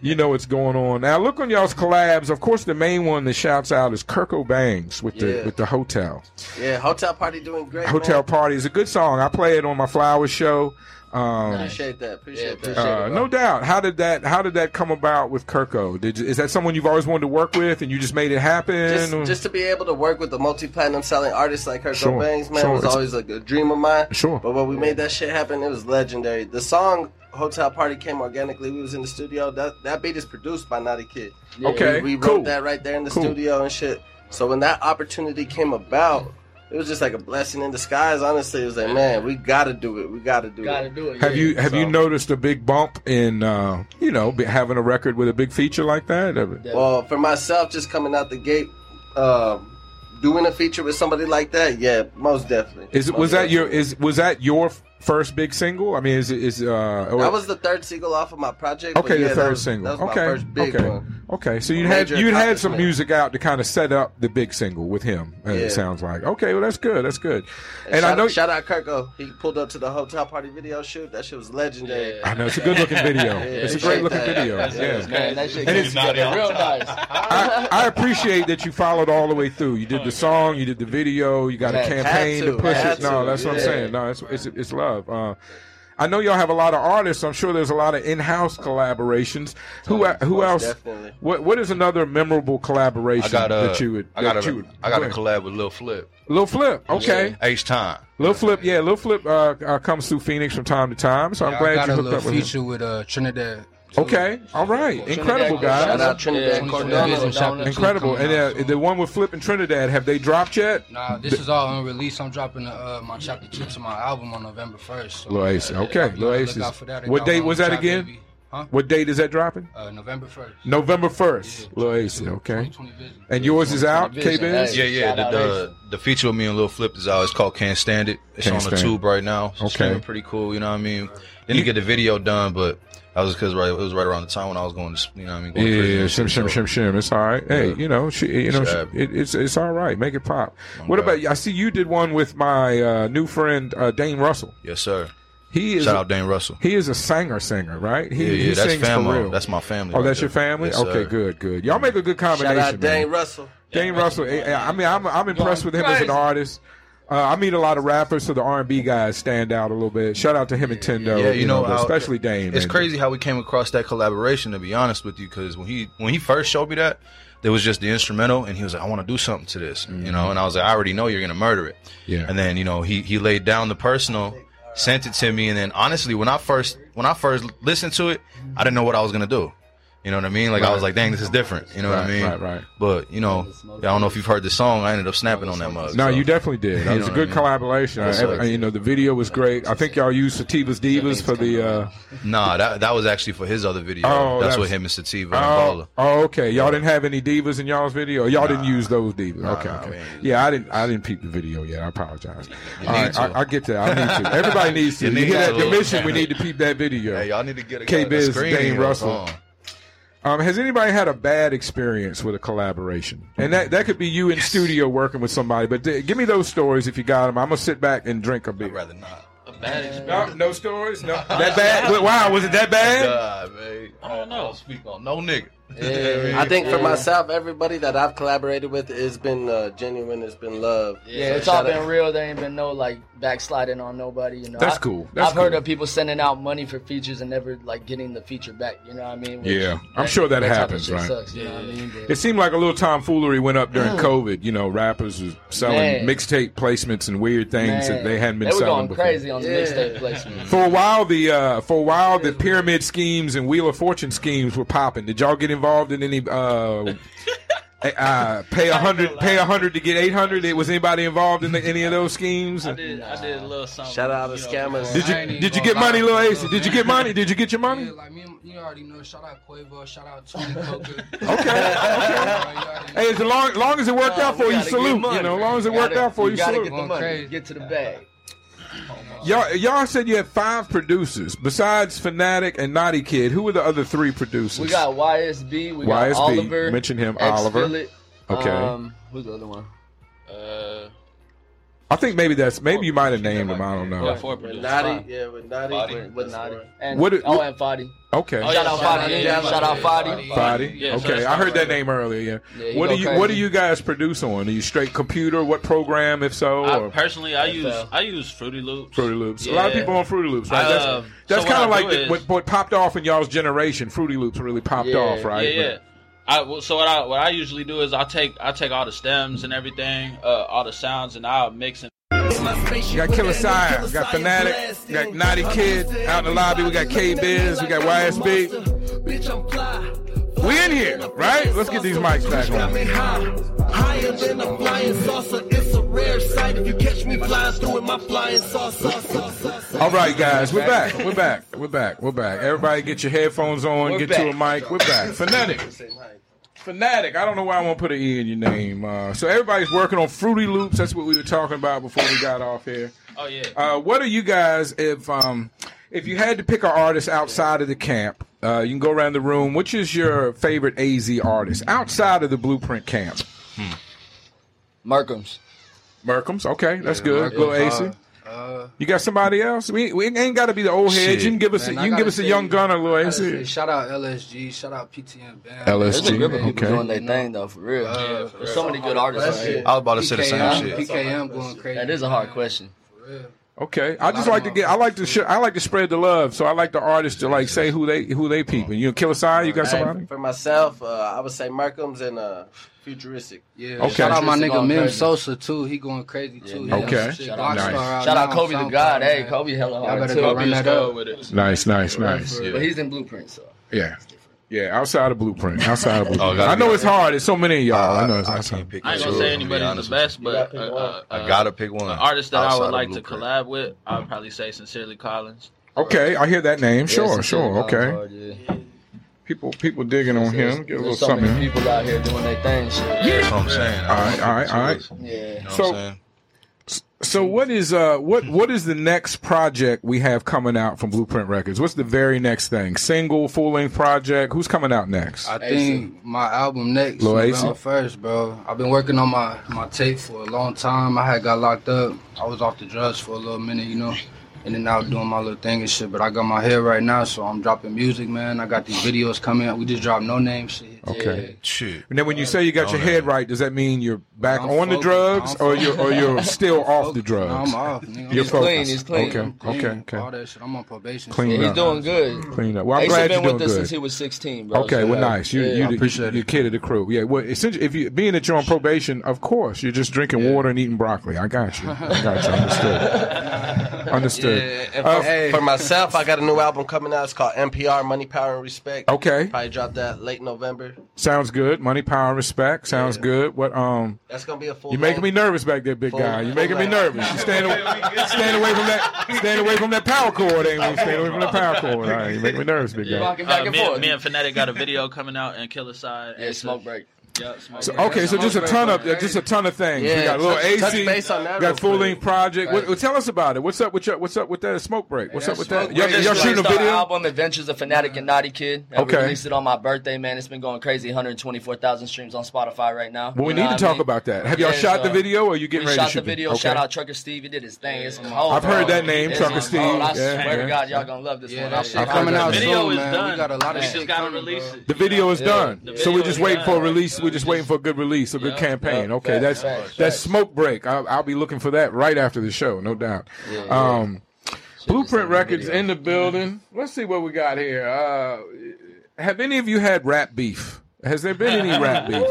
S1: you know what's going on. Now look on y'all's collabs. Of course, the main one that shouts out is Kirko Bangs with the
S2: Yeah.
S1: with the hotel.
S2: Yeah, Hotel Party doing great.
S1: Hotel
S2: man.
S1: Party is a good song. I play it on my flower show. Um,
S2: Appreciate that. Appreciate
S4: Yeah,
S2: that.
S4: appreciate
S1: uh, no doubt. How did that? How did that come about with Kirko? Did you, is that someone you've always wanted to work with, and you just made it happen?
S2: just, just to be able to work with a multi-platinum selling artist like Herco
S1: uh, Sure,
S2: Bangs, man,
S1: sure.
S2: was
S1: It's-
S2: always like a dream of mine.
S1: Sure.
S2: But when we made that shit happen, it was legendary. The song "Hotel Party" came organically. We was in the studio. That that beat is produced by Naughty Kid.
S4: Yeah.
S1: Okay.
S2: We, we wrote
S1: cool.
S2: that right there in the
S1: Cool.
S2: studio and shit. So when that opportunity came about, it was just like a blessing in disguise. Honestly, it was like, man, we gotta do it. We gotta do
S4: Gotta
S2: it.
S4: do it.
S1: have
S4: yeah.
S1: you have you
S2: so-
S1: noticed a big bump in uh, you know be- having a record with a big feature like that? Uh,
S4: Yeah.
S2: Well, for myself, just coming out the gate, um, doing a feature with somebody like that, yeah, most definitely.
S1: Is it
S2: Most
S1: was that your
S2: definitely.
S1: is was that your f- first big single? I mean, is it is uh? or-
S2: That was the third single off of my project. but
S1: okay,
S2: yeah,
S1: the
S2: that
S1: third
S2: was-
S1: single.
S2: That was
S1: okay,
S2: my first big
S1: okay,
S2: one.
S1: okay. So you had
S2: Major
S1: you had some
S2: accomplishment.
S1: music out to kind of set up the big single with him. uh,
S2: Yeah.
S1: It sounds like okay. Well, that's good. That's good. And,
S2: shout,
S1: I know
S2: shout out Kirko. He pulled up to the hotel party video shoot. That shit was legendary.
S1: I know it's a good looking
S2: <laughs>
S1: video. it's a great looking
S2: appreciate that.
S1: video.
S2: That's-
S1: yeah.
S2: that's
S4: Man, that shit
S1: And
S4: keeps
S1: it's-
S4: getting real nice.
S1: I, I appreciate that you followed all the way through. You did the song, you did the video, you got a
S4: Had to,
S1: campaign to, push
S2: had
S1: it. No,
S2: to,
S1: that's what I'm
S2: yeah.
S1: saying. No, it's it's, it's love. Uh, I know y'all have a lot of artists. I'm sure there's a lot of in-house collaborations. Who who
S2: Most
S1: else?
S2: Oh, definitely.
S1: What what is another memorable collaboration
S3: I got a,
S1: that you would?
S3: I got
S1: that
S3: a,
S1: you would,
S3: I got a
S1: go ahead.
S3: collab with Lil Flip.
S1: Lil Flip. Okay,
S3: H Time.
S1: Lil Flip. Yeah, Lil Flip uh, uh, comes through Phoenix from time to time. So I'm
S7: I
S1: glad
S7: got
S1: you
S7: a
S1: hooked
S7: little
S1: up with him.
S7: feature with uh, Trinidad.
S1: Okay, all right, incredible guys.
S2: Shout out Trinidad
S4: Yeah,
S2: Cordona.
S4: Cordona.
S1: Incredible. And uh, the one with Flip and Trinidad, have they dropped yet?
S7: Nah, this is all unreleased. I'm dropping uh, my chapter two to my album on November first. So
S1: Lil Ace. Okay,
S7: be on
S1: Lil
S7: the
S1: Ace.
S7: lookout
S1: is-
S7: for that. It
S1: What
S7: got
S1: date
S7: on
S1: was that
S7: Trap
S1: again?
S7: Baby. Huh?
S1: What date is that dropping?
S7: Uh, November first.
S1: November 1st. Lil Ace, okay. And yours is out, K Benz?
S3: Yeah, yeah.
S4: Shout
S3: The,
S4: out
S3: the the feature with me and Lil Flip is out. It's called Can't Stand It. It's
S1: Can't
S3: on the
S1: Stand It.
S3: tube right now. It's
S1: Okay.
S3: streaming pretty cool. You know what I mean? Didn't get the video done, but I was because right, it was right around the time when I was going to, s- you know what I mean?
S1: Yeah,
S3: Going to
S1: yeah,
S3: prison
S1: yeah,
S3: and
S1: shim,
S3: shit,
S1: shim,
S3: so-
S1: shim, shim. It's all right. Hey,
S3: Yeah.
S1: you know, she, you know,
S3: Should
S1: she,
S3: have.
S1: it, it's it's all right. Make it pop.
S3: My
S1: What
S3: God.
S1: about? I see you did one with my uh, new friend uh, Dane Russell.
S3: Yes, sir.
S1: He is
S3: Shout out Dane Russell.
S1: he is a singer, singer, right? He,
S3: Yeah, yeah.
S1: he
S3: That's
S1: sings for real.
S3: family. That's my family.
S1: oh,
S3: right
S1: that's
S3: there.
S1: your family.
S3: Yes,
S1: okay,
S3: sir.
S1: good, good. Y'all make a good combination.
S2: Shout out
S1: man.
S2: Dane Russell.
S1: Dane Russell, eh, eh, I mean, I'm I'm impressed with him as an artist. Uh, I meet a lot of rappers, so the R and B guys stand out a little bit. Shout out to him and Tendo,
S3: Yeah, you know
S1: but
S3: how-
S1: especially Dame.
S3: It's
S1: man.
S3: crazy how we came across that collaboration. To be honest with you, because when he when he first showed me that, there was just the instrumental, and he was like, "I want to do something to this," you know. And I was like, "I already know you're gonna murder it."
S1: Mm-hmm. Yeah.
S3: And then you know he he laid down the personal, sent it to me, and then honestly, when I first when I first listened to it, I didn't know what I was gonna do. You know what I mean? Like I was like, "Dang, this is different." You know what I
S1: Right,
S3: mean?
S1: right, right.
S3: But you know, I don't know if you've heard the song. I ended up snapping on that mug.
S1: No,
S3: so.
S1: you definitely did. That
S3: You
S1: was
S3: know
S1: a
S3: what I
S1: good
S3: mean?
S1: collaboration. I, I- you know, the video was great. I think y'all used Sativa's Divas for the. Uh,
S3: Nah, that that was actually for his other video. that's,
S1: Oh, that's-
S3: what him and Sativa and
S1: oh,
S3: Bala.
S1: oh, okay. Y'all didn't have any divas in y'all's video. Y'all didn't use those divas.
S3: Nah,
S1: okay,
S3: nah, we
S1: okay.
S3: ain't use
S1: Yeah, I didn't. I didn't peep the video yet. I apologize.
S3: You
S1: All
S3: need
S1: right,
S3: to.
S1: I, I get that. I
S3: <laughs>
S1: need to. Everybody needs to.
S3: You
S1: You,
S3: need
S1: hear that
S3: to.
S1: commission? We need to peep that video.
S3: Hey, y'all need to get a, a
S1: K-Biz,
S3: screen
S1: Dane
S3: here.
S1: Russell.
S3: Hold on.
S1: Um, has anybody had a bad experience with a collaboration? And that, that could be you in studio working with somebody. But th- give me those stories if you got them. I'm gonna sit back and drink a
S3: I'd
S1: beer.
S3: rather not.
S5: A bad experience.
S1: No, no stories.
S4: <laughs>
S1: No, that bad. Wow, was it that bad?
S4: uh,
S3: God, man. I
S5: don't know.
S3: Speak on no nigga.
S4: Yeah.
S3: I
S2: I think for
S4: Yeah.
S2: myself, everybody that I've collaborated with has been uh, genuine. It's been love.
S4: Yeah, it's
S2: Shout
S4: all
S2: out-
S4: been real. There ain't been no like backsliding on nobody. You know,
S1: That's
S4: I-
S1: cool. That's
S4: I've heard
S1: cool.
S4: of people sending out money for features and never like getting the feature back. You know what I mean?
S1: Yeah, I'm sure that
S4: type of
S1: happens,
S4: shit
S1: right?
S4: Sucks, you know what I
S5: Yeah.
S4: mean? But-
S1: It seemed like a little tomfoolery went up during COVID. You know, rappers was selling
S4: Man.
S1: mixtape placements and weird things that
S4: Man,
S1: they hadn't been
S4: They were
S1: selling
S4: going
S1: before.
S4: crazy on the
S2: Yeah.
S4: mixtape placement.
S1: For a while, the uh, for a while the pyramid schemes and Wheel of Fortune schemes were popping. Did y'all get involved in any? Uh, uh, pay a hundred, pay a hundred to get eight hundred. Was anybody involved in the, any of those schemes?
S5: I did, I did a little something.
S2: Shout out to
S5: you know,
S2: scammers.
S1: Did
S6: I ain't
S1: you
S6: even
S1: did you
S6: gonna
S1: get money,
S6: lie.
S1: Lil Ace? Did you get money? Did you get your money?
S6: Yeah, like me, and- you already know. Shout out Quavo. Shout out Tony
S1: <laughs>
S6: Coker.
S7: <laughs>
S1: Hey, as long, long as it worked out for you, salute. You know, as long as it worked out for you,
S4: gotta
S1: salute.
S4: get the
S6: Going
S4: money.
S6: crazy.
S4: Get to the bag.
S1: Y'all, y'all said you had five producers besides Fanatic and Naughty Kid. Who were the other three producers?
S4: We got YSB. We got
S1: YSB,
S4: Oliver.
S1: mention him,
S4: X
S1: Oliver.
S4: Phillip,
S1: Okay.
S4: Um, who's the other one?
S5: Uh,
S1: I think maybe that's maybe
S5: Oh,
S1: you might have named them. I don't
S5: yeah,
S1: know.
S5: four
S2: With
S5: producers.
S2: Naughty, yeah, with Naughty,
S3: Body.
S2: with,
S4: With
S2: with
S4: Naughty.
S2: Naughty.
S4: And
S1: What it-
S4: oh,
S1: what-
S4: and Fadi.
S5: Oh,
S1: Okay,
S5: yeah,
S4: Shout out
S5: shout out
S4: Fadi.
S5: Fadi.
S4: Yeah, Shout out Fadi.
S1: Body.
S5: Yeah, so
S1: okay,
S5: that's
S1: I heard that
S5: Fadi.
S1: name earlier. Yeah.
S4: Yeah, he
S1: what
S4: go
S1: do you
S4: crazy.
S1: What do you guys produce on? Are you straight computer? What program, if so?
S5: I
S1: or
S5: personally, I use
S4: NFL.
S5: I use Fruity Loops.
S1: Fruity Loops. A lot of
S5: Yeah.
S1: people on Fruity Loops, right?
S5: I,
S1: that's
S5: um,
S1: that's
S5: so what
S1: kind of
S5: I
S1: like
S5: do
S1: the-
S5: is-
S1: what, what popped off in y'all's generation. Fruity Loops really popped
S4: Yeah,
S1: off, right?
S5: Yeah, yeah. I well, so what I what I usually do is I take I take all the stems and everything, uh, all the sounds, and I'll mix and
S1: We got Killer Sire, we got Fanatic, we got Naughty Kid out in the lobby, we got K Biz, we got YSB.
S8: Bitch, I'm fly.
S1: We in here, right? Let's get these mics back
S8: Got me
S1: on.
S8: high, higher than a flying saucer. It's a rare sight if you catch me flying through in my flying saucer.
S1: All right, guys, we're back, we're back, we're back, we're back. Everybody, get your headphones on,
S4: We're
S1: get
S4: back.
S1: to a mic. We're back. Fanatic, Fanatic. I don't know why I won't put an e in your name. Uh, so everybody's working on Fruity Loops. That's what we were talking about before we got off here.
S5: oh yeah.
S1: Uh, what are you guys if um if you had to pick an artist outside of the camp? Uh, you can go around the room. Which is your favorite AZ artist outside of the Blueprint camp?
S4: Markham's.
S1: Merkham's. Okay, that's good. Little AC.
S6: Uh,
S1: You got somebody else? We, we ain't got to be the old head.
S3: Shit.
S1: You can give us
S6: Man,
S1: a,
S6: I
S1: you can give
S6: gotta
S1: us a
S6: say-
S1: young gunner, little
S6: I say,
S1: AC.
S6: shout out LSG. Shout out PTM Band.
S4: There's a
S1: LSG.
S4: group of people
S1: Okay.
S4: doing their thing though, for real.
S6: Uh,
S4: There's so many good artists out here.
S3: I was about to say the same
S6: PKM,
S3: shit.
S6: PKM going crazy.
S4: That is a hard question.
S6: For real.
S1: Okay, I just like to get. I like to. Sh- I like to spread the love. So I like the artists to like say who they who they peeping. You know, Killer Side. You got
S2: Hey,
S1: somebody?
S2: for myself, uh, I would say Markham's and uh, Futuristic.
S6: Yeah.
S1: Okay.
S6: Shout out my
S4: Futuristic
S6: nigga
S4: going
S6: Mim
S4: crazy.
S6: Sosa too. He going crazy too.
S4: Yeah,
S6: He
S1: Okay.
S6: got some shit.
S4: Shout out-
S6: Rockstar
S3: nice.
S7: Oh,
S6: out
S4: Shout
S6: now
S4: out
S6: on
S4: Kobe the
S6: SoundCloud,
S4: God. Hey,
S6: man.
S4: Kobe, hella
S6: Y'all
S4: hard
S6: better
S4: too.
S6: go run that up.
S5: with it.
S1: Nice, nice, nice.
S4: But he's in Blueprint, so
S1: Yeah. Yeah, outside of Blueprint. Outside
S4: <laughs> Oh,
S1: of Blueprint.
S3: gotta
S1: I know
S3: be-
S1: it's hard. There's so many of y'all. I know it's
S3: I
S1: outside.
S3: can't pick
S5: I ain't
S3: and
S5: gonna
S3: choose,
S5: say
S3: to be
S5: anybody's
S3: honest
S5: the
S3: with
S5: best, but
S4: You
S5: uh,
S4: gotta pick
S5: uh,
S4: one.
S3: you.
S5: uh,
S3: I gotta pick one.
S5: an artist that I
S3: outside
S5: would
S3: of
S5: like to
S3: Blueprint.
S5: collab with. I would probably say sincerely Collins.
S1: Okay, I hear that name.
S4: Yeah,
S1: Sure,
S4: it's
S1: sure.
S4: a
S1: Okay.
S4: hard, yeah.
S1: People people digging on him. Get a little
S4: There's so many
S1: something.
S4: people out here doing their thing. Shit.
S3: That's what I'm saying.
S1: All right, all right, all right.
S4: Yeah.
S3: You know what
S1: So-
S3: I'm saying?
S1: So what is uh what what is the next project we have coming out from Blueprint Records? What's the very next thing? Single, full length project? Who's coming out next?
S6: I think my album next
S1: Lil Ace?
S6: November first, bro. I've been working on my my tape for a long time. I had got locked up. I was off the drugs for a little minute, you know.
S7: in and out doing my little thing and shit. But I got my head right now, so I'm dropping music, man. I got these videos coming out. We just dropped no name shit.
S1: Okay.
S3: Shit.
S1: And then when you say you got your
S3: Oh, man.
S1: head right, does that mean you're back
S7: I'm
S1: on the
S7: focused.
S1: drugs
S7: I'm
S1: or you're or you're still off the
S7: Nah,
S1: drugs?
S7: I'm off. Nigga. I'm
S1: You're
S7: just
S1: focused.
S7: clean.
S4: he's clean.
S1: <laughs> Okay,
S7: I'm clean.
S1: okay,
S7: All
S1: okay.
S7: that shit. I'm on probation.
S1: Clean
S7: so-
S1: up.
S4: He's doing good.
S1: Clean up. Well, I'm
S4: Ace
S1: glad
S4: has
S1: you're
S4: been
S1: doing
S4: with us
S1: good.
S4: since he was 16, bro.
S1: Okay,
S4: so
S1: well,
S4: that-
S1: nice. You,
S4: yeah.
S1: you,
S3: I appreciate it.
S1: you kid of the crew. Yeah. Well, essentially, if you being that you're on probation, of course, you're just drinking water and eating broccoli. I got you. I got you. Understood.
S2: <laughs>
S1: Understood.
S2: Yeah, and for, for myself, I got a new album coming out. It's called NPR Money, Power, and Respect.
S1: Okay.
S2: Probably drop that late November.
S1: Sounds good. Money, power, and respect. Sounds good. What um.
S2: That's gonna be a full.
S1: You making me nervous back there, big
S2: Full-
S1: guy. You making me
S2: full-
S1: nervous. You stand, stand away from that. Stand away from that power cord, ain't we? Stand away from that power cord. All right, you make me nervous, big
S4: You're
S1: guy.
S4: walking
S5: Uh,
S4: back and
S5: me, and,
S4: forth.
S5: me and Fanatic got a video coming out and Killer Side.
S4: yeah, smoke break.
S5: Yep, smoke
S1: So,
S5: break.
S1: okay, so just a ton of just a ton of things. we
S2: Yeah,
S1: got a little
S2: touch- touch
S1: AC.
S2: base on that
S1: we got
S2: real
S1: full
S2: quick.
S1: length project. What, well, tell us about it. What's up with your, What's up with that smoke break? What's up with that?
S4: Smoke
S1: Y'all,
S4: Break is
S1: y'all
S4: based
S1: shooting a
S4: on the
S1: video?
S4: album Adventures of Fanatic and Naughty Kid. And
S1: Okay.
S4: We released it on my birthday, man. It's been going crazy. 124,000 streams on Spotify right now.
S1: Well, we
S4: You know
S1: need to
S4: what I
S1: talk
S4: mean?
S1: about that. Have y'all
S4: Yeah,
S1: shot
S4: so
S1: the video, or are you
S4: We
S1: getting ready to
S4: shot
S1: shoot
S4: the
S1: it?
S4: video.
S1: Okay.
S4: Shout out Trucker Steve. He did his thing. It's cold.
S1: I've heard
S4: bro.
S1: that name,
S4: It's
S1: Trucker
S4: cold. I
S1: Steve.
S4: swear
S1: Yeah,
S4: to God, y'all gonna love this
S7: Yeah,
S4: one.
S7: that shit
S1: I've
S7: coming
S1: heard
S7: out
S1: that.
S5: video
S7: soon,
S5: is
S7: man. We
S5: done.
S7: got a lot of
S5: we
S7: shit
S5: just gotta
S7: coming,
S5: release
S7: bro.
S5: it.
S1: The video is done,
S5: The
S1: so we're
S5: video
S1: just
S5: is
S1: waiting for a
S5: done.
S1: release. We're just waiting for a good release, a good campaign.
S4: Yeah.
S1: Okay, that's
S4: Facts, facts,
S1: that's
S4: facts.
S1: smoke break. I'll, I'll be looking for that right after the show, no doubt.
S4: yeah.
S1: Um, Blueprint Records in
S4: Mm-hmm.
S1: the building. Let's see what we got here. Uh, have any of you had rap beef? Has there been any rap
S4: <laughs>
S1: beef?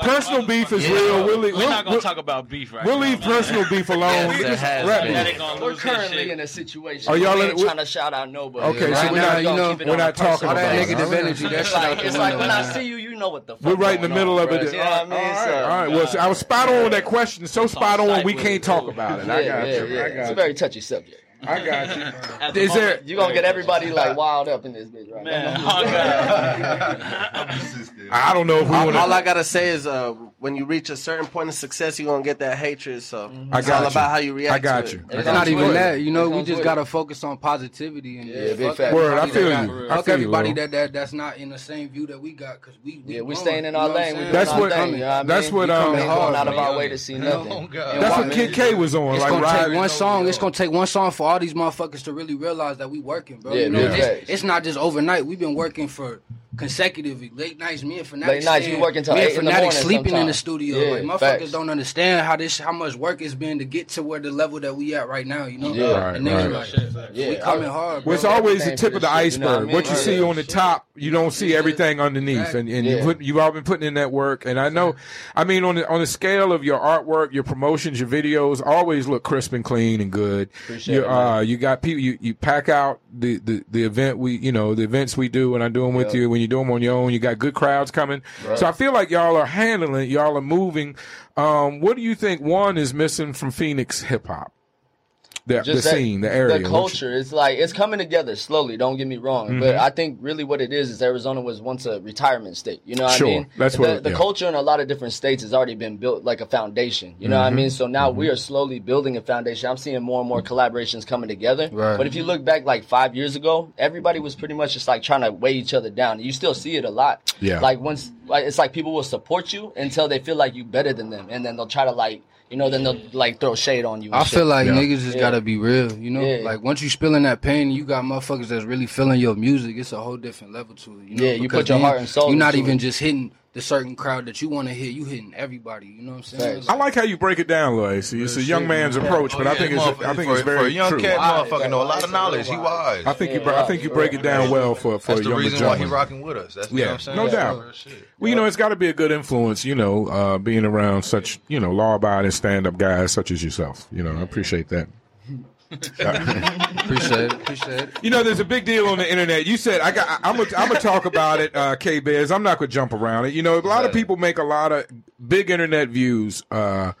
S1: Personal beef is real. We'll, leave-
S5: We're
S1: we'll-
S5: not gonna
S1: we'll-
S5: talk about beef right
S1: we'll
S5: now.
S1: leave personal beef alone.
S2: Yes, there has
S1: Rap
S2: been.
S1: beef.
S5: Fanatic gonna
S4: We're
S5: lose this
S4: currently
S5: shit.
S4: in a situation.
S1: Are
S4: Are
S1: y'all
S4: y'all
S1: in- we-
S4: trying to shout out nobody?
S1: Okay, so
S7: Right
S1: we're
S7: now,
S1: not,
S7: you know,
S1: we're not talking
S7: All
S1: about
S7: that
S1: it.
S7: negative
S1: All right.
S7: energy, that
S4: It's
S7: shit out
S4: like, it's
S7: the
S4: like
S7: window,
S4: when I
S7: man.
S4: see you, you know what the fuck.
S1: We're right in the
S4: going
S1: middle
S4: on,
S1: of it.
S4: bruh. You know what I mean? So-
S1: All right. Well, see, I was spot on with that question. So spot on,
S5: site
S1: we
S5: with
S1: can't
S5: it,
S1: talk
S5: too.
S1: about it. I
S4: Yeah,
S1: got
S4: yeah,
S1: you.
S4: yeah.
S1: I
S4: It's a
S1: got you.
S4: very touchy subject.
S1: I got you.
S5: At the
S1: Is there?
S5: moment-
S4: You're gonna get everybody like wild up in this bitch right
S5: Man,
S4: now.
S5: oh, God.
S1: I don't know if we
S2: All,
S1: want
S2: all I
S1: to.
S2: gotta say is, uh, when you reach a certain point of success, you're gonna get that hatred. So
S1: I
S2: it's
S1: got
S2: all
S1: you.
S2: about how you react.
S1: I got
S2: to
S1: you.
S2: <laughs> It.
S1: I
S7: It's
S1: got
S7: not
S1: you.
S7: even that, you know.
S4: It's
S7: We
S4: on
S7: just
S4: Twitter.
S7: gotta focus on positivity and
S4: Yeah, big
S7: fuck
S4: facts.
S1: Word, I
S7: everybody
S1: feel
S7: that
S1: you.
S7: got-
S1: I
S7: Fuck
S1: feel you,
S7: everybody
S1: Lil.
S7: that, that that's not in the same view that we got, cause we, we
S4: Yeah, we
S7: growing,
S4: staying in
S7: you
S4: our
S7: know what um,
S4: lane.
S7: I'm
S4: We
S7: saying?
S4: doing
S1: That's
S4: our
S1: what-
S4: Thing, you know what I
S1: that's
S4: mean?
S1: what,
S4: We coming
S1: um,
S4: in going out of
S7: hard,
S4: our
S7: man.
S4: way to see
S3: Oh,
S4: nothing.
S3: God.
S4: And
S1: That's
S4: why-
S1: what Kid K was on.
S7: It's
S1: Like
S7: gonna
S1: ride.
S7: take one song. It's gonna take one song for all these motherfuckers to really realize that we working, bro.
S4: Yeah,
S7: you know,
S4: yeah.
S7: It's, it's not just overnight. We've been working for consecutively late nights. Me and Fanatic,
S4: Late nights, we
S7: staying-
S4: working till
S7: me and
S4: eight in the
S7: Fanatic
S4: morning
S7: sleeping in the
S4: sometimes.
S7: studio.
S4: Yeah,
S7: like motherfuckers
S4: facts.
S7: don't understand how this, how much work it's been to get to where the level that we at right now. You know,
S4: Yeah.
S1: Right,
S7: and then
S1: right.
S7: like we
S4: Yeah.
S7: coming hard. Bro.
S1: Well, it's always the
S4: everything
S1: tip
S4: for
S1: of the
S4: this
S1: iceberg.
S4: shit, you know what I mean?
S1: What you
S4: Right.
S1: see on the top, you don't see everything underneath, and, and you
S4: Yeah.
S1: put, you've all been putting in that work. And I know, I mean, on the on the scale of your artwork, your promotions, your videos always look crisp and clean and good.
S4: Appreciate
S1: you,
S4: it, man.
S1: uh, you got people. You, you pack out the, the the event we you know the events we do, and I do them with you. When you do them on your own, you got good crowds coming. So I feel like y'all are handling, it, y'all are moving. Um, what do you think? One is missing from Phoenix hip hop. The, the
S4: that-
S1: scene, the area, What you-
S4: culture. It's like it's coming together slowly. Don't get me wrong, but
S1: Mm-hmm.
S4: I think really what it is is Arizona was once a retirement state. You know what
S1: Sure.
S4: I mean?
S1: That's
S4: the,
S1: what-
S4: the
S1: yeah.
S4: culture in a lot of different states has already been built like a foundation. You know
S1: Mm-hmm.
S4: what I mean? So now we are slowly building a foundation. I'm seeing more and more collaborations coming together.
S7: Right.
S4: But if you look back like five years ago, everybody was pretty much just like trying to weigh each other down. You still see it a lot.
S1: Yeah.
S4: Like once, like, it's like people will support you until they feel like you better than them, and then they'll try to like. You know, then they'll like throw shade on you. and
S7: I
S4: shit.
S7: feel like
S1: Yeah.
S7: niggas just
S4: Yeah.
S7: gotta be real, you know.
S4: Yeah.
S7: Like once you spilling that pain, you got motherfuckers that's really feeling your music. It's a whole different level to it. You know?
S4: Yeah, you
S7: Because
S4: put your
S7: then
S4: heart and soul
S7: You're not
S4: into
S7: even
S4: it.
S7: just hitting the certain crowd that you want to hit. You hitting everybody. You know what I'm saying?
S4: Facts.
S1: I like how you break it down, Lloyd. See, it's a young man's approach, but I think it's I think
S3: Oh, for,
S1: it's
S3: for
S1: very
S3: a young
S1: true.
S3: cat, motherfucker, know a
S4: It's
S3: lot
S4: a
S3: of knowledge. He
S4: real
S3: wise.
S1: I think you br- I think you break it down well for for
S3: That's
S1: a
S3: the
S1: younger
S3: reason why he
S1: gentleman.
S3: rocking with us. That's
S1: Yeah,
S3: you know what I'm saying.
S1: no
S3: That's
S1: doubt.
S3: some real shit.
S1: Well, you know, it's got to be a good influence, you know, uh, being around such you know law-abiding stand-up guys such as yourself. You know, I appreciate that.
S7: <laughs> Appreciate it. Appreciate it.
S1: You know, there's a big deal on the internet. You said I got. I- I'm gonna I'm gonna talk about it, uh, K Biz. I'm not gonna jump around it. You know, a lot of people make a lot of big internet views uh,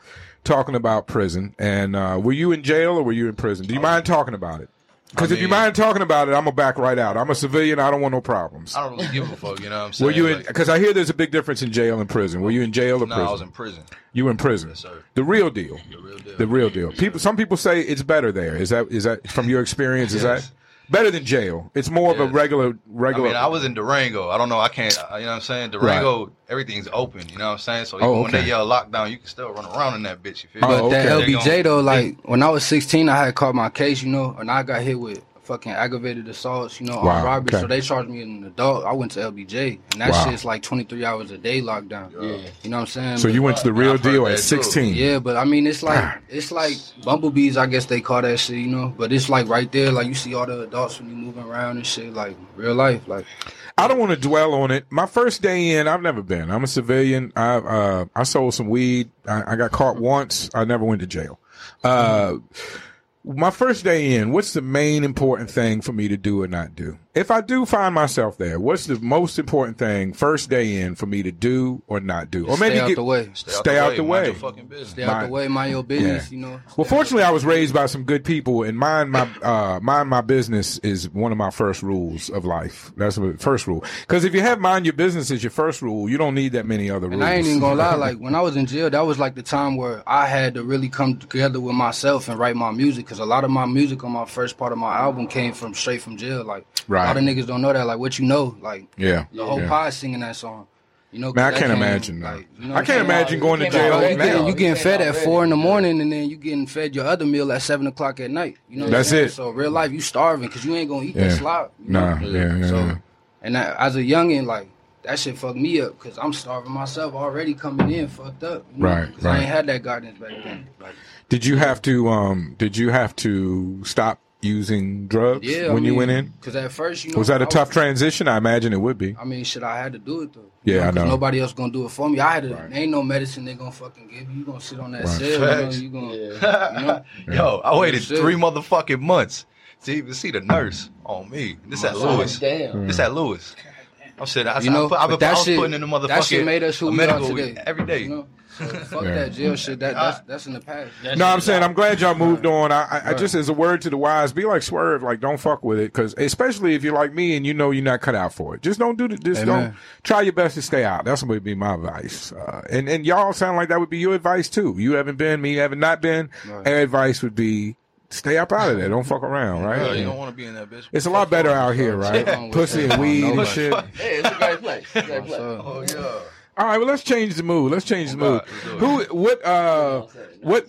S1: talking about prison. And uh, were you in jail or were you in prison?
S7: Oh.
S1: Do you mind talking about it? Because
S3: I
S1: if you
S3: mean-
S1: mind talking about it, I'm gonna back right out. I'm a civilian. I don't want no problems.
S3: I don't really give a fuck. You know what I'm saying?
S1: Were you in?
S3: Like,
S1: Because I hear there's a big difference in jail and prison. Were you in jail or
S3: nah,
S1: prison?
S3: I was in prison.
S1: You were in prison.
S3: sir.
S1: The real deal.
S3: The real deal.
S1: The real deal. People. Some people say it's better there. Is that is that from your experience? Is that? better than jail. It's more of a
S3: Yeah.
S1: regular
S3: I
S1: regular.
S3: mean, I was in Durango. I don't know. I can't. You know what I'm saying? Durango, everything's open. You know what I'm saying? So even
S1: Oh,
S3: when
S1: okay.
S3: they yell lockdown, you can still run around in that bitch. You feel
S1: But
S3: me?
S1: Oh, okay.
S7: That
S3: They
S7: LBJ
S3: gon-
S7: though, like when I was 16, I had caught my case, you know, and I got hit with fucking aggravated assaults, you know,
S1: Wow,
S7: on robbery.
S1: okay.
S7: So they charged me as an adult. I went to LBJ, and that
S1: Wow.
S7: shit's like 23 hours a day lockdown.
S3: Yeah.
S7: You know what I'm saying?
S1: so
S7: But-
S1: you went to the real
S3: I've heard
S1: deal
S3: that
S1: at
S3: too.
S1: 16.
S7: Yeah, but I mean, it's like it's like bumblebees. I guess they call that shit, you know. But it's like right there, like you see all the adults when you moving around and shit, like real life, like
S1: I don't want to dwell on it. My first day in, I've never been. I'm a civilian. I uh, I sold some weed. I, I got caught once. I never went to jail. Uh, my first day in, what's the main important thing for me to do or not do? If I do find myself there, what's the most important thing first day in for me to do or not do? Or
S7: stay
S1: maybe
S7: out
S1: get-
S7: the way,
S1: Stay, out the
S3: Mind
S1: way.
S3: your fucking business.
S7: stay out
S1: My-
S7: the way, mind your business, you know.
S1: Well, fortunately, I was raised by some good people, and mind my uh, mind my business is one of my first rules of life. That's the first rule. Because if you have mind your business as your first rule, you don't need that many other rules.
S7: And I ain't even gonna lie, like when I was in jail, that was like the time where I had to really come together with myself and write my music because a lot of my music on my first part of my album came from straight from jail. Like a
S1: Right.
S7: lot of niggas don't know that. Like what you know, like
S1: yeah.
S7: the whole
S1: yeah.
S7: pod singing that song. You know, 'cause
S1: Man, I
S7: that
S1: can't
S7: came,
S1: imagine. though.
S7: like, you know
S1: I
S7: what
S1: can't
S7: I'm saying?
S1: imagine going to
S6: You came
S1: jail
S6: out
S7: Bro, you,
S6: ready.
S1: now.
S7: getting, you getting
S6: You
S7: fed
S6: came
S7: at
S6: out
S7: four in the
S6: ready.
S7: morning, and then you getting fed your other meal at seven o'clock at night. You know, what I'm
S1: That's
S7: saying?
S1: it.
S7: So real life, you starving because you ain't gonna eat
S1: Yeah.
S7: that slop. you know?
S1: Nah, yeah, yeah,
S7: So,
S1: yeah.
S7: and I, as a youngin, like that shit fucked me up because I'm starving myself already coming in fucked up. you know,
S1: Right,
S7: 'cause
S1: right.
S7: I ain't had that guidance back then. Like,
S1: Did you have to? Um, did you have to stop using drugs
S7: yeah,
S1: when you went in?
S7: because at first, you know,
S1: Was that a
S7: I
S1: tough transition? I imagine it would be.
S7: I mean, shit, I had to do it though.
S1: Yeah, I
S7: 'cause
S1: know.
S7: Nobody else gonna do it for me. I had to.
S1: Right.
S7: Ain't no medicine they gonna fucking give you. You gonna sit on that
S1: Right.
S7: cell.
S3: Facts.
S7: You know, you gonna. You know?
S3: <laughs> Yo, I waited
S7: Shit.
S3: three motherfucking months to even see the nurse on me. This at Lewis.
S4: Damn.
S3: This at Lewis. I'm sitting. I,
S7: You know,
S3: I, put, I,
S7: but
S3: been,
S7: that
S3: I was
S7: shit-
S3: putting in the motherfucking
S7: that shit made us who
S3: a
S7: we are
S3: medical
S7: today.
S3: every day.
S7: You know? So, <laughs> fuck
S1: Yeah.
S7: that jail shit.
S3: <laughs>
S7: That, that's that's in the past.
S1: <laughs> No, I'm saying I'm glad y'all moved on. I, I, I just as a word to the wise, be like swerve, like don't fuck with it, because especially if you're like me and you know you're not cut out for it, just don't do the, just
S7: Amen.
S1: don't try your best to stay out. That's what would be my advice. Uh, and and y'all sound like that would be your advice too. You haven't been, me haven't not been. Our advice would be stay up out of there, don't fuck
S7: <laughs>
S1: around, right?
S3: Yo, you don't want to be in that bitch.
S1: It's a lot better out here, right?
S7: with
S1: Pussy
S7: that.
S1: and weed and
S7: Don't fuck.
S1: shit.
S2: Hey, it's a great place. It's a great place.
S7: So,
S3: <laughs> Oh yeah.
S1: All right, well, let's change the mood. Let's change the mood.
S3: God, let's do
S1: Who? What? Uh, what?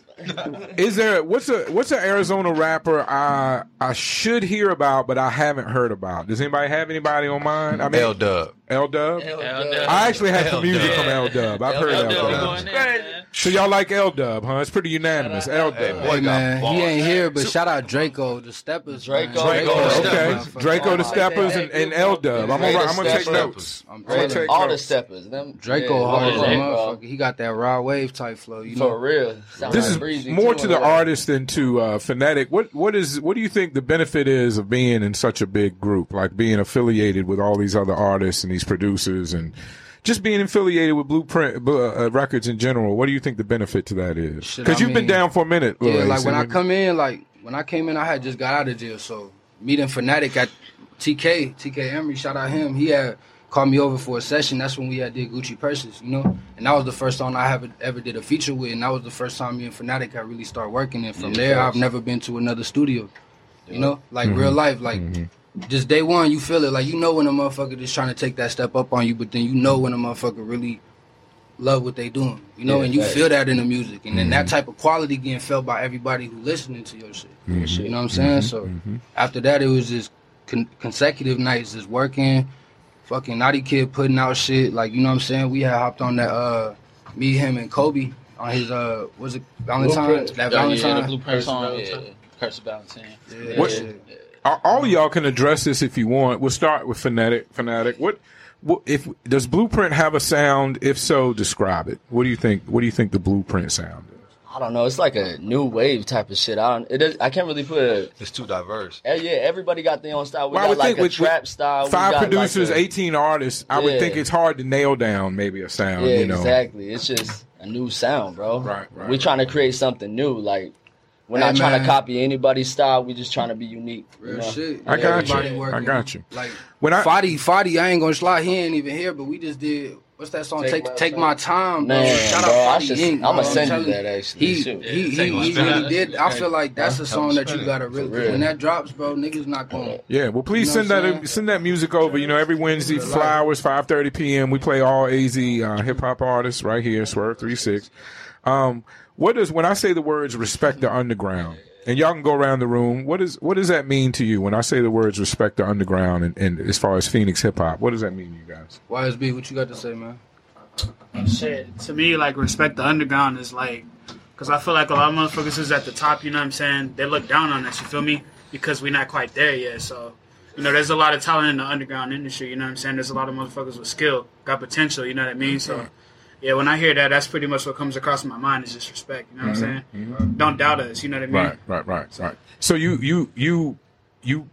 S1: Is there? What's a? What's an Arizona rapper I I should hear about, but I haven't heard about? Does anybody have anybody on mind? I mean,
S3: L Dub.
S1: L Dub.
S5: Hell no.
S1: I actually have some
S3: L
S1: music
S3: Dub.
S1: from L Dub. I've heard L
S5: Hell no, we going
S1: Dub.
S5: in, man.
S1: So y'all like L Dub, huh? It's pretty unanimous. L Dub.
S3: boy.
S7: hey
S3: got
S7: man,
S3: bars.
S7: he ain't here, but shout out Draco, the steppers. man.
S4: Draco. Draco
S3: the
S1: Okay,
S3: Steppers.
S1: Draco the
S4: Oh, my
S1: Steppers
S4: God.
S1: and, and L Dub. I'm gonna I'm gonna take
S3: Steppers.
S1: notes.
S7: I'm
S1: I'm gonna
S7: telling you,
S1: take
S4: all the
S1: notes.
S4: steppers. Them
S7: Draco
S4: yeah,
S7: hard as a
S4: Draco.
S7: motherfucker. He got that raw wave type flow. You
S4: For
S7: know,
S4: real. Sound
S1: this
S4: like
S1: is
S4: breezy
S1: more
S4: too,
S1: to the
S4: huh?
S1: artist than to uh, phonetic. What what is what do you think the benefit is of being in such a big group, like being affiliated with all these other artists and these producers, and just being affiliated with Blueprint uh, uh, Records in general? What do you think the benefit to that is?
S7: Shit,
S1: Because
S7: I
S1: you've been
S7: mean-
S1: down for a minute.
S7: yeah.
S1: Luis,
S7: Like when I
S1: and-
S7: come in, like when I came in, I had just got out of jail. So meeting Fnatic at TK, TK Emery, shout out him. He had called me over for a session. That's when we had did Gucci purses. You know, and that was the first song I have ever did a feature with, and that was the first time me and Fnatic I really started working. And from there, I've never been to another studio. You know, like real life, like. Just day one, you feel it. Like you know when a motherfucker just trying to take that step up on you, but then you know when a motherfucker really love what they doing, you know,
S4: Yeah,
S7: and you
S4: facts.
S7: feel that in the music, and then that
S1: Mm-hmm.
S7: type of quality getting felt by everybody who listening to your shit.
S1: Mm-hmm.
S7: You know what I'm saying? So after that, it was just con- consecutive nights, just working. Fucking Naughty Kid putting out shit, like you know what I'm saying. We had hopped on that, uh, me, him, and Kobe on his, uh, was it Valentine?
S4: Blueprint.
S7: That
S5: Yeah, yeah, the
S7: Valentine.
S5: blueprint song. Yeah. Curse of Valentine.
S7: Yeah,
S1: What-
S7: shit.
S1: A- all y'all can address this if you want. We'll start with phonetic. Phonetic. What? What, if does Blueprint have a sound? If so, describe it. What do you think? What do you think the Blueprint sound is?
S4: I don't know. It's like a new wave type of shit. I don't. It does, I can't really put a.
S3: It's too diverse.
S4: eh, Yeah, everybody got their own style. We
S1: Well, I
S4: got
S1: would
S4: like
S1: think
S4: a
S1: with-
S4: trap style. We
S1: five
S4: got like
S1: producers,
S4: a-
S1: 18 artists, I would
S4: Yeah.
S1: think it's hard to nail down maybe a sound,
S4: Yeah,
S1: you know.
S4: exactly. It's just a new sound, bro.
S1: Right, right,
S4: We're trying to create something new. Like we're not
S7: Hey,
S4: trying to
S7: man.
S4: copy anybody's style. We're just trying to be unique. you
S7: Real
S4: know?
S7: shit.
S1: I got you.
S7: Everybody
S1: I got you.
S7: Like
S1: When I-
S7: Fadi, Fadi, I ain't gonna slide. He ain't even here, but we just did What's that song?
S2: Take
S7: Take
S2: My
S7: take
S2: Time.
S7: my time, bro.
S4: Man,
S7: Shout
S4: bro, I
S7: out
S4: should-
S7: Bobby Ink.
S4: I'ma
S7: bro.
S4: send you
S7: telling
S4: that, actually.
S7: He
S4: Shit.
S7: he
S9: Take
S7: he,
S9: My
S7: he
S9: Time.
S7: really did. I
S9: Hey,
S7: feel like that's
S9: huh?
S7: a song that
S9: Spin
S7: you
S9: it.
S7: gotta really.
S4: real.
S7: When that drops, bro, niggas not going.
S1: Yeah, well, please
S7: You know
S1: send
S7: what
S1: that
S7: I'm saying?
S1: send that music over. You know, every Wednesday, flowers, five thirty p.m. We play all AZ uh, hip hop artists right here, Swerve Three Six. Um, what does when I say the words respect the underground, and y'all can go around the room. What is what does that mean to you when I say the words respect the underground, and, and as far as Phoenix hip hop, what does that mean to you guys?
S7: YSB, what you got to say, man?
S10: Shit, to me, like respect the underground is like, because I feel like a lot of motherfuckers who's at the top. You know what I'm saying? They look down on us. You feel me? Because we're not quite there yet. So, you know, there's a lot of talent in the underground industry. You know what I'm saying? There's a lot of motherfuckers with skill, got potential. You know what I mean? So, yeah, when I hear that, that's pretty much what comes across my mind is just respect. You know what I'm saying? Don't doubt us. You know what I mean?
S1: Mm-hmm. Right, right, right, right. So you you you you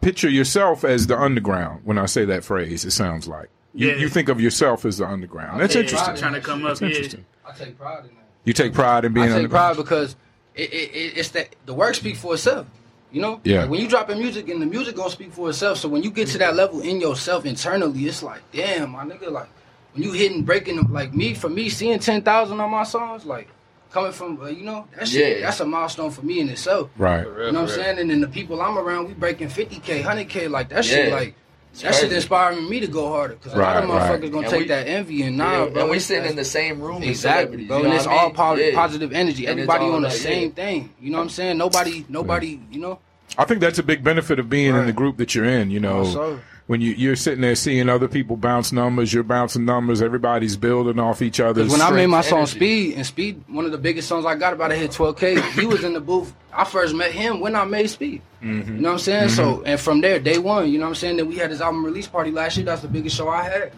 S1: picture yourself as the underground when I say that phrase. It sounds like you,
S10: Yeah.
S1: you think of yourself as the underground. That's
S10: Yeah,
S1: interesting.
S10: Trying to come up.
S1: That's interesting.
S7: I take pride in that.
S1: You take pride in being
S7: I take
S1: underground.
S7: pride because it, it, it, it's that the work speaks for itself. You know,
S1: Yeah.
S7: Like, when you dropping music and the music gonna speak for itself. So when you get to that level in yourself internally, it's like, damn, my nigga, like when you hitting breaking them- like me for me seeing ten thousand on my songs, like coming from uh, you know that shit,
S4: Yeah.
S7: that's a milestone for me in itself.
S1: Right.
S7: You know what I'm saying? And then the people I'm around, we breaking 50k, 100k, like that shit,
S4: Yeah.
S7: like. That
S9: crazy.
S7: shit inspiring me to go harder because a lot of
S1: Right, right.
S7: motherfuckers gonna
S9: And
S7: take
S9: we-
S7: that envy and nah, bro.
S9: and we
S7: it's-
S9: sitting
S7: that's-
S9: in the same room. with
S7: Exactly,
S9: celebrities,
S7: bro.
S9: you
S7: And
S9: know
S7: it's
S9: what I
S7: all
S9: mean?
S7: po-
S9: Yeah.
S7: positive energy.
S9: And it's
S7: Everybody
S9: all
S7: on the
S9: about- yeah.
S7: same thing. You know what I'm saying? Nobody, nobody. You know.
S1: I think that's a big benefit of being in
S7: Right.
S1: the group that you're in. You know,
S7: so.
S1: when you, you're sitting there seeing other people bounce numbers, you're bouncing numbers. Everybody's building off each other's.
S7: Because when I made my
S9: Strength,
S7: song
S9: energy.
S7: "Speed" and "Speed," one of the biggest songs I got about to hit 12K. He was in the booth. I first met him when I made "Speed."
S1: Mm-hmm.
S7: You know what I'm saying? So, and from there, day one. You know what I'm saying? Then we had his album release party last year. That's the biggest show I had.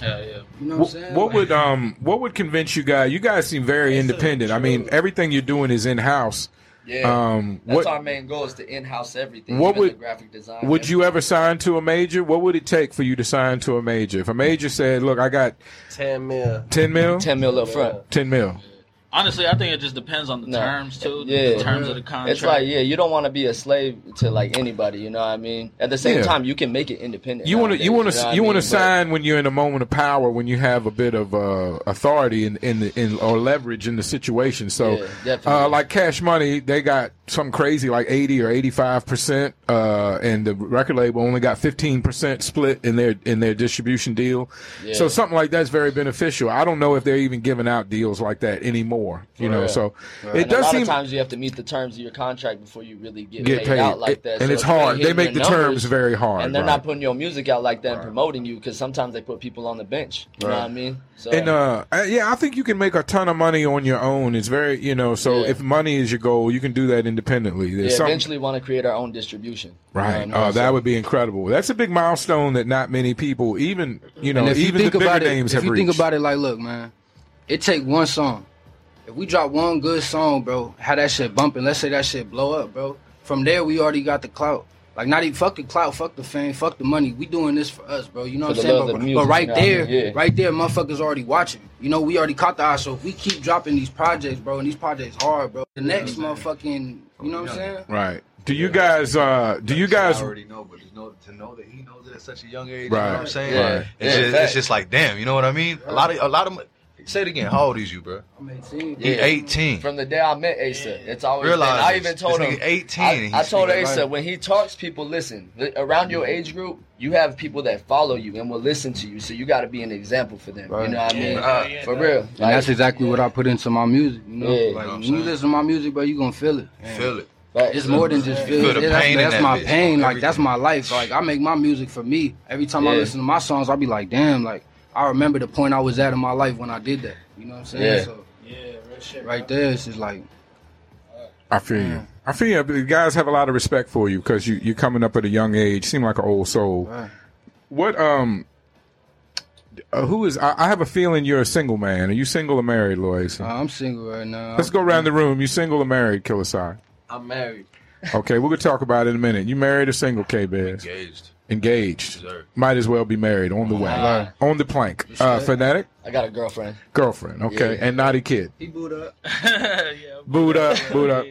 S5: Yeah, yeah.
S7: You know what, I'm
S1: what,
S7: saying?
S1: what
S7: Like,
S1: would um what would convince you guys? You guys seem very independent. I mean, everything you're doing is in house.
S9: Yeah.
S1: Um,
S9: That's
S1: what
S9: our main goal is to in-house everything.
S1: What
S9: even the
S1: would-
S9: graphic design?
S1: Would you ever sign to a major? What would it take for you to sign to a major? If a major said, "Look, I got
S2: Ten mil.
S1: ten mil,
S4: Ten mil up front.
S1: ten mil,"
S5: Honestly, I think it just depends on the
S4: No.
S5: terms too.
S4: Yeah.
S5: The terms of the contract.
S4: It's like yeah, you don't want to be a slave to like anybody. You know what I mean? At the same
S1: Yeah.
S4: time, you can make it independent.
S1: you want to
S4: nowadays,
S1: you want
S4: know what
S1: to
S4: I
S1: you
S4: mean?
S1: want to
S4: But-
S1: sign when you're in a moment of power, when you have a bit of uh, authority in in, the, in or leverage in the situation.
S4: Yeah,
S1: So,
S4: definitely.
S1: uh, like Cash Money, they got some crazy like eighty or eighty five percent, uh, and the record label only got fifteen percent split in their in their distribution deal. So
S4: Yeah.
S1: something like that's very beneficial. I don't know if they're even giving out deals like that anymore. You know,
S4: Right.
S1: so it
S4: And a
S1: does
S4: lot
S1: seem
S4: of times you have to meet the terms of your contract before you really get,
S1: get
S4: paid,
S1: paid,
S4: out like
S1: It-
S4: that.
S1: and
S4: So
S1: it's
S4: if they ain't
S1: hard. They
S4: hitting
S1: make the
S4: your
S1: terms
S4: numbers,
S1: very hard,
S4: and they're
S1: right.
S4: not putting your music out like that and promoting you because sometimes they put people on the bench. You know what I mean? So
S1: And uh, uh, yeah, I think you can make a ton of money on your own. It's very, you know, so
S4: Yeah.
S1: if money is your goal, you can do that independently.
S4: we
S1: There's some-
S4: eventually want to create our own distribution. You know what I
S1: right?
S4: mean?
S1: Oh, that
S4: So-
S1: would be incredible. That's a big milestone that not many people, even you know,
S7: And if you
S1: even
S7: think
S1: the bigger
S7: about it,
S1: names
S7: if
S1: have
S7: you
S1: reached.
S7: think about it, like, look, man, it take one song. If we drop one good song, bro, how that shit bumping. Let's say that shit blow up, bro. From there, we already got the clout. Like, not even fuck the clout, fuck the fame, fuck the money. We doing this for us, bro. You
S4: For
S7: know what I'm
S4: the
S7: saying?
S4: love of
S7: But,
S4: the music,
S7: but right
S4: you know what I
S7: there,
S4: mean? Yeah.
S7: right there, motherfuckers already watching. You know, we already caught the eye. So if we keep dropping these projects, bro, and these projects hard, bro, the next motherfucking, you know what I'm saying?
S1: right? Do you guys? uh Do you
S9: I
S1: guys?
S9: already know, but to know, to know that he knows it at such a young age, you
S1: Right.
S9: know what I'm saying?
S4: Yeah. Right.
S9: It's,
S4: Yeah,
S9: just,
S4: fact.
S9: it's just like, damn, you know what I mean? A lot of, a lot of, say it again, how old is you, bro?
S7: I'm 18.
S9: He 18.
S4: From the day I met Asa, it's always
S9: Realize
S4: been. I
S9: this.
S4: even told
S9: This
S4: him.
S9: nigga 18 and
S4: I,
S9: he's
S4: I told
S9: speaking
S4: Asa
S9: right.
S4: when he talks, people listen. Li- Around your age group, you have people that follow you and will listen to you. So you got to be an example for them.
S7: Right.
S4: You know what I mean?
S9: Uh,
S4: for real.
S7: And
S4: Like,
S7: that's exactly what I put into my music. You know,
S4: Yeah. You know
S7: like
S9: what I'm
S7: when you
S9: saying?
S7: listen to my music, bro, you gonna feel it.
S9: Feel it.
S4: like-
S7: It's more than just feel.
S9: Feel
S7: it.
S9: the
S7: Yeah, that's
S9: pain in
S7: that's
S9: that
S7: my
S9: bitch.
S7: pain. Like that's
S9: Everything.
S7: my life. Like I make my music for me. Every time I
S4: Yeah.
S7: listen to my songs, I be like, damn. Like I remember the point I was at in my life when I did that. You know what I'm saying?
S4: Yeah.
S7: So
S10: Yeah, real shit.
S7: right there, it's just like
S1: I feel you. I feel you. The guys have a lot of respect for you because you you're coming up at a young age. Seem like an old soul.
S7: Right.
S1: What um. Uh, who is? I, I have a feeling you're a single man. Are you single or married, Lois?
S7: uh, I'm single right now.
S1: Let's go around the room. You single or married, Killer Sai?
S2: I'm married.
S1: Okay, we're gonna talk about it in a minute. You married or single, K Bez?
S9: Engaged.
S1: Engaged.
S9: Sir.
S1: Might as well be married on the way.
S4: Wow.
S1: On the plank. Uh fanatic?
S4: I got a girlfriend.
S1: Girlfriend. Okay.
S4: Yeah.
S1: And naughty kid.
S7: He booed up.
S5: yeah.
S1: Boot up, boot up.
S9: he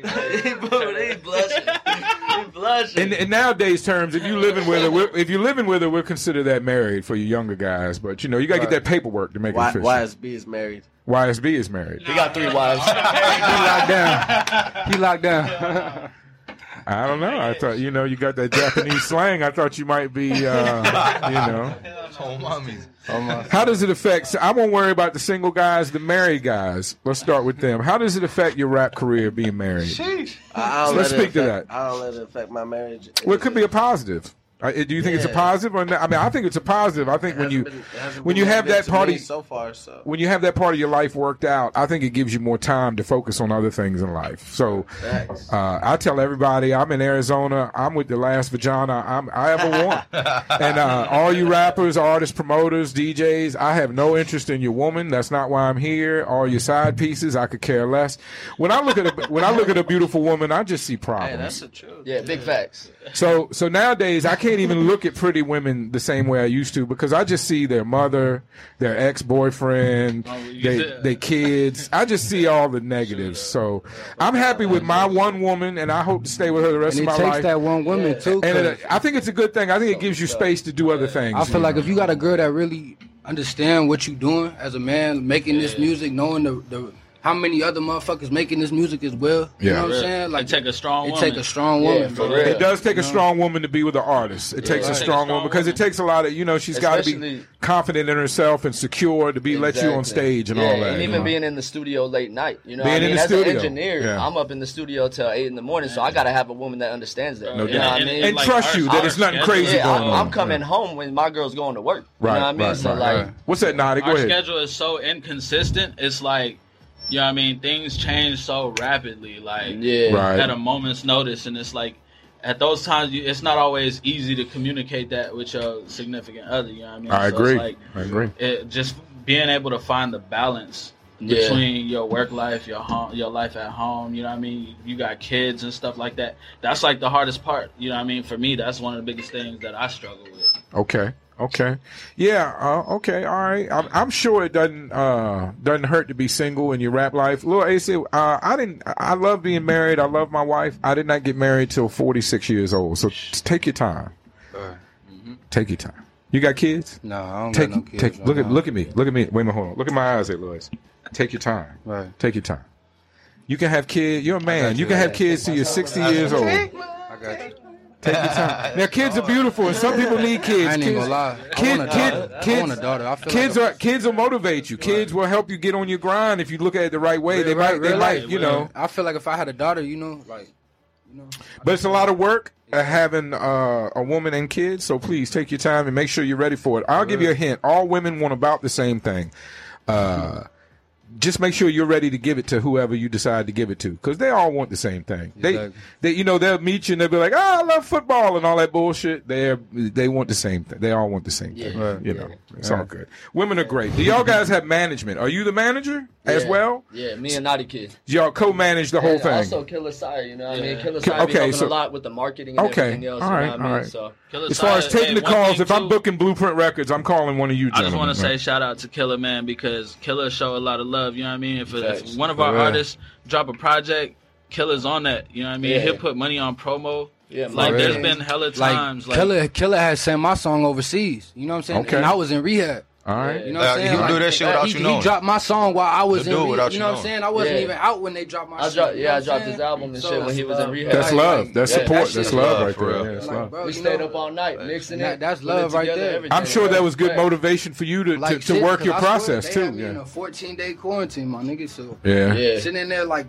S9: blessed. He
S5: lunch.
S1: In, in nowadays terms, if you living with her, we're, if you living with her, we'll consider that married for you younger guys. But you know, you gotta get
S2: Right.
S1: that paperwork to make
S2: Y-
S1: it official.
S2: YSB is married.
S1: YSB is married.
S4: He got three wives.
S1: locked down. He locked
S4: <laughs>
S1: down. I don't know. I thought you know you got that Japanese slang. I thought you might be, uh, you know.
S3: Oh, mommies.
S1: How does it affect? So I won't worry about the single guys, the married guys. Let's start with them. How does it affect your rap career being married?
S2: I, I don't
S1: So
S2: let
S1: let's
S2: it
S1: speak to
S2: affect- I don't let it affect my marriage.
S1: Well, it could be a positive. Uh, do you think it's a
S2: Yeah.
S1: positive or not? I mean, I think it's a positive. I think when you
S2: It hasn't
S1: when
S2: been
S1: you have
S2: big
S1: that
S2: to me
S1: party
S2: so far, so
S1: when you have that part of your life worked out, I think it gives you more time to focus on other things in life. So
S2: Facts.
S1: uh, I tell everybody, I'm in Arizona. I'm with the last vagina I'm, I ever want. and uh, all you rappers, artists, promoters, DJs, I have no interest in your woman. That's not why I'm here. All your side pieces, I could care less. When I look at a, when I look at a beautiful woman, I just see problems.
S2: the truth.
S4: Yeah, big facts.
S1: So so nowadays I can't even look at pretty women the same way I used to because I just see their mother, their ex boyfriend,
S4: Oh,
S1: they they kids. I just see all the negatives. So I'm happy with my
S4: uh,
S1: one woman and I hope to stay with her the rest
S7: And it
S1: of my
S7: takes
S1: life.
S7: that one woman too.
S1: and
S7: 'cause-
S1: it, I think it's a good thing. I think it gives you space to do other things.
S7: I feel
S1: you
S7: like
S1: know.
S7: if you got a girl that really understand what you doing as a man, making this music, knowing the, the how many other motherfuckers making this music as well. You
S1: Yeah.
S7: know what I'm saying? Like
S5: it take a strong
S7: it
S5: woman.
S7: take a strong
S4: Yeah,
S7: woman.
S4: for
S7: bro.
S4: real.
S1: It does take a strong woman to be with an artist. It takes a
S4: Right.
S1: strong woman because it takes a lot of you know she's got to be
S4: Especially-
S1: confident in herself and secure to be let you on
S4: Exactly.
S1: stage and
S4: Yeah,
S1: all that.
S4: And
S1: you
S4: even
S1: know.
S4: being in the studio late night, you know,
S1: Being
S4: I
S1: in
S4: mean,
S1: the
S4: as
S1: studio,
S4: an engineer,
S1: yeah.
S4: I'm up in the studio till eight in the morning, so I gotta have a woman that understands that.
S1: No
S4: you
S1: doubt.
S4: know what I
S5: And-
S4: mean?
S1: and
S5: like,
S1: trust
S5: our-
S1: you that it's
S5: our
S1: nothing
S5: schedule-
S1: crazy
S4: yeah,
S1: going
S4: I'm,
S1: on.
S4: I'm coming home when my girl's going to work. You
S1: Right,
S4: know what I mean?
S1: right,
S4: so
S1: right,
S4: like,
S1: right. what's that, Nadi? Go
S5: Our
S1: ahead.
S5: schedule is so inconsistent. It's like, you know what I mean? Things change so rapidly. Like,
S4: yeah,
S1: Right.
S5: at a moment's notice, and it's like at those times, you, it's not always easy to communicate that with your significant other. You know what I mean?
S1: I
S5: So
S1: agree.
S5: It's like
S1: I agree.
S5: it, just being able to find the balance
S4: Yeah.
S5: between your work life, your home, your life at home. You know what I mean? You got kids and stuff like that. That's like the hardest part. You know what I mean? For me, that's one of the biggest things that I struggle with.
S1: Okay. Okay. Yeah. Uh, okay. All right. I'm, I'm sure it doesn't uh, doesn't hurt to be single in your rap life. Lil AC, uh, I didn't. I love being married. I love my wife. I did not get married till 46 years old. So just take your time. Take your time. You got kids?
S7: No, I don't
S1: Take
S7: got no kids.
S1: take.
S7: right
S1: Look at
S7: now.
S1: look at me. Look at me. Wait a minute. Hold on. Look at my eyes, here, Louis. Take your time.
S7: Right.
S1: Take your time. You can have kids. You're a man.
S7: got
S1: You
S7: you.
S1: can have kids till you're 60 years old. Take your
S7: I got you. <laughs>
S1: time. Now, kids are beautiful, and some people need kids.
S7: I ain't even
S1: Kids-
S7: gonna lie.
S1: Kid-
S7: I want a
S1: kid-
S7: daughter.
S1: kids-
S7: I want a daughter. I feel
S1: kids
S7: like
S1: are kids will motivate you. Kids will help you get on your grind if you look at it the right way. they might, they
S7: real
S1: might,
S7: life,
S1: you
S7: real
S1: know.
S7: life. I feel like if I had a daughter, you know, like you know,
S1: But it's a lot of work uh, having uh, a woman and kids. So please take your time and make sure you're ready for it. I'll give you a hint. All women want about the same thing. Uh, just make sure you're ready to give it to whoever you decide to give it to, because they all want the same thing. They,
S7: Exactly.
S1: they, you know, they'll meet you and they'll be like, "Oh, I love football" and all that bullshit. They, they want the same thing. They all want the same thing.
S4: Yeah.
S1: You know, it's all good. Women are great. Do y'all guys have management? Are you the manager as
S4: Yeah.
S1: well?
S4: Yeah, me and Naughty Kid.
S1: Do y'all co-manage the whole
S4: And
S1: thing?
S4: Also, Killer Sire, you know what I mean? Killer
S1: Ki-
S4: Sire
S1: okay,
S4: be helping
S1: so-
S4: a lot with the marketing and
S1: Okay,
S4: everything else.
S1: alright,
S4: you know what I mean?
S1: alright.
S4: So,
S5: Killer
S1: as far as
S5: Sire-
S1: taking the
S5: hey, one
S1: calls,
S5: thing,
S1: if I'm
S5: too-
S1: booking Blueprint Records, I'm calling one of you.
S5: I just
S1: want
S5: want to say shout out to Killer Man because Killer show a lot of love. You know what I mean? If,
S4: Facts.
S5: if one of our
S1: Yeah.
S5: artists drop a project, Killer's on that. You know what I mean?
S4: Yeah.
S5: He'll put money on promo.
S4: yeah,
S5: Like
S4: marketing.
S5: there's been hella
S7: like
S5: times. Like,
S7: Killer Killer had sent my song overseas. You know what I'm saying?
S1: Okay.
S7: And I was in rehab.
S1: all right.
S7: You know what I'm
S3: Uh,
S7: saying?
S3: he'll do that shit without
S7: he,
S3: you
S7: he
S3: knowing.
S7: dropped my song while I was
S3: He'll do
S7: in
S3: it
S7: rehab.
S3: without
S7: you
S3: you
S7: know what I'm
S3: knowing.
S7: saying? I wasn't
S4: Yeah.
S7: even out when they dropped my
S4: I
S7: shit.
S4: dropped,
S7: you know
S4: yeah, I
S7: what I'm
S4: dropped
S7: saying?
S4: his album and
S7: So
S4: shit when he was in
S7: love.
S4: rehab.
S1: That's
S7: Like,
S1: love.
S7: like,
S1: That's
S4: yeah,
S1: support.
S4: that
S1: that's
S4: shit-
S1: love
S3: love,
S1: right
S3: for
S1: there.
S3: real.
S1: Yeah, it's
S7: Like,
S1: love.
S7: bro,
S4: we
S7: you
S4: stayed
S7: know,
S4: up all night mixing
S7: That-
S4: it.
S7: that's
S4: putting it
S7: love right
S4: together,
S7: there.
S4: everything,
S1: I'm sure
S4: bro.
S1: that was good
S4: Right.
S1: motivation for you to,
S7: like,
S1: to, to
S7: shit,
S1: work
S7: 'cause
S1: your
S7: I swear,
S1: process
S7: they
S1: too.
S7: had me in
S1: Yeah.
S7: a 14 day quarantine, my nigga. So
S1: Yeah.
S4: Yeah.
S7: sitting in there like,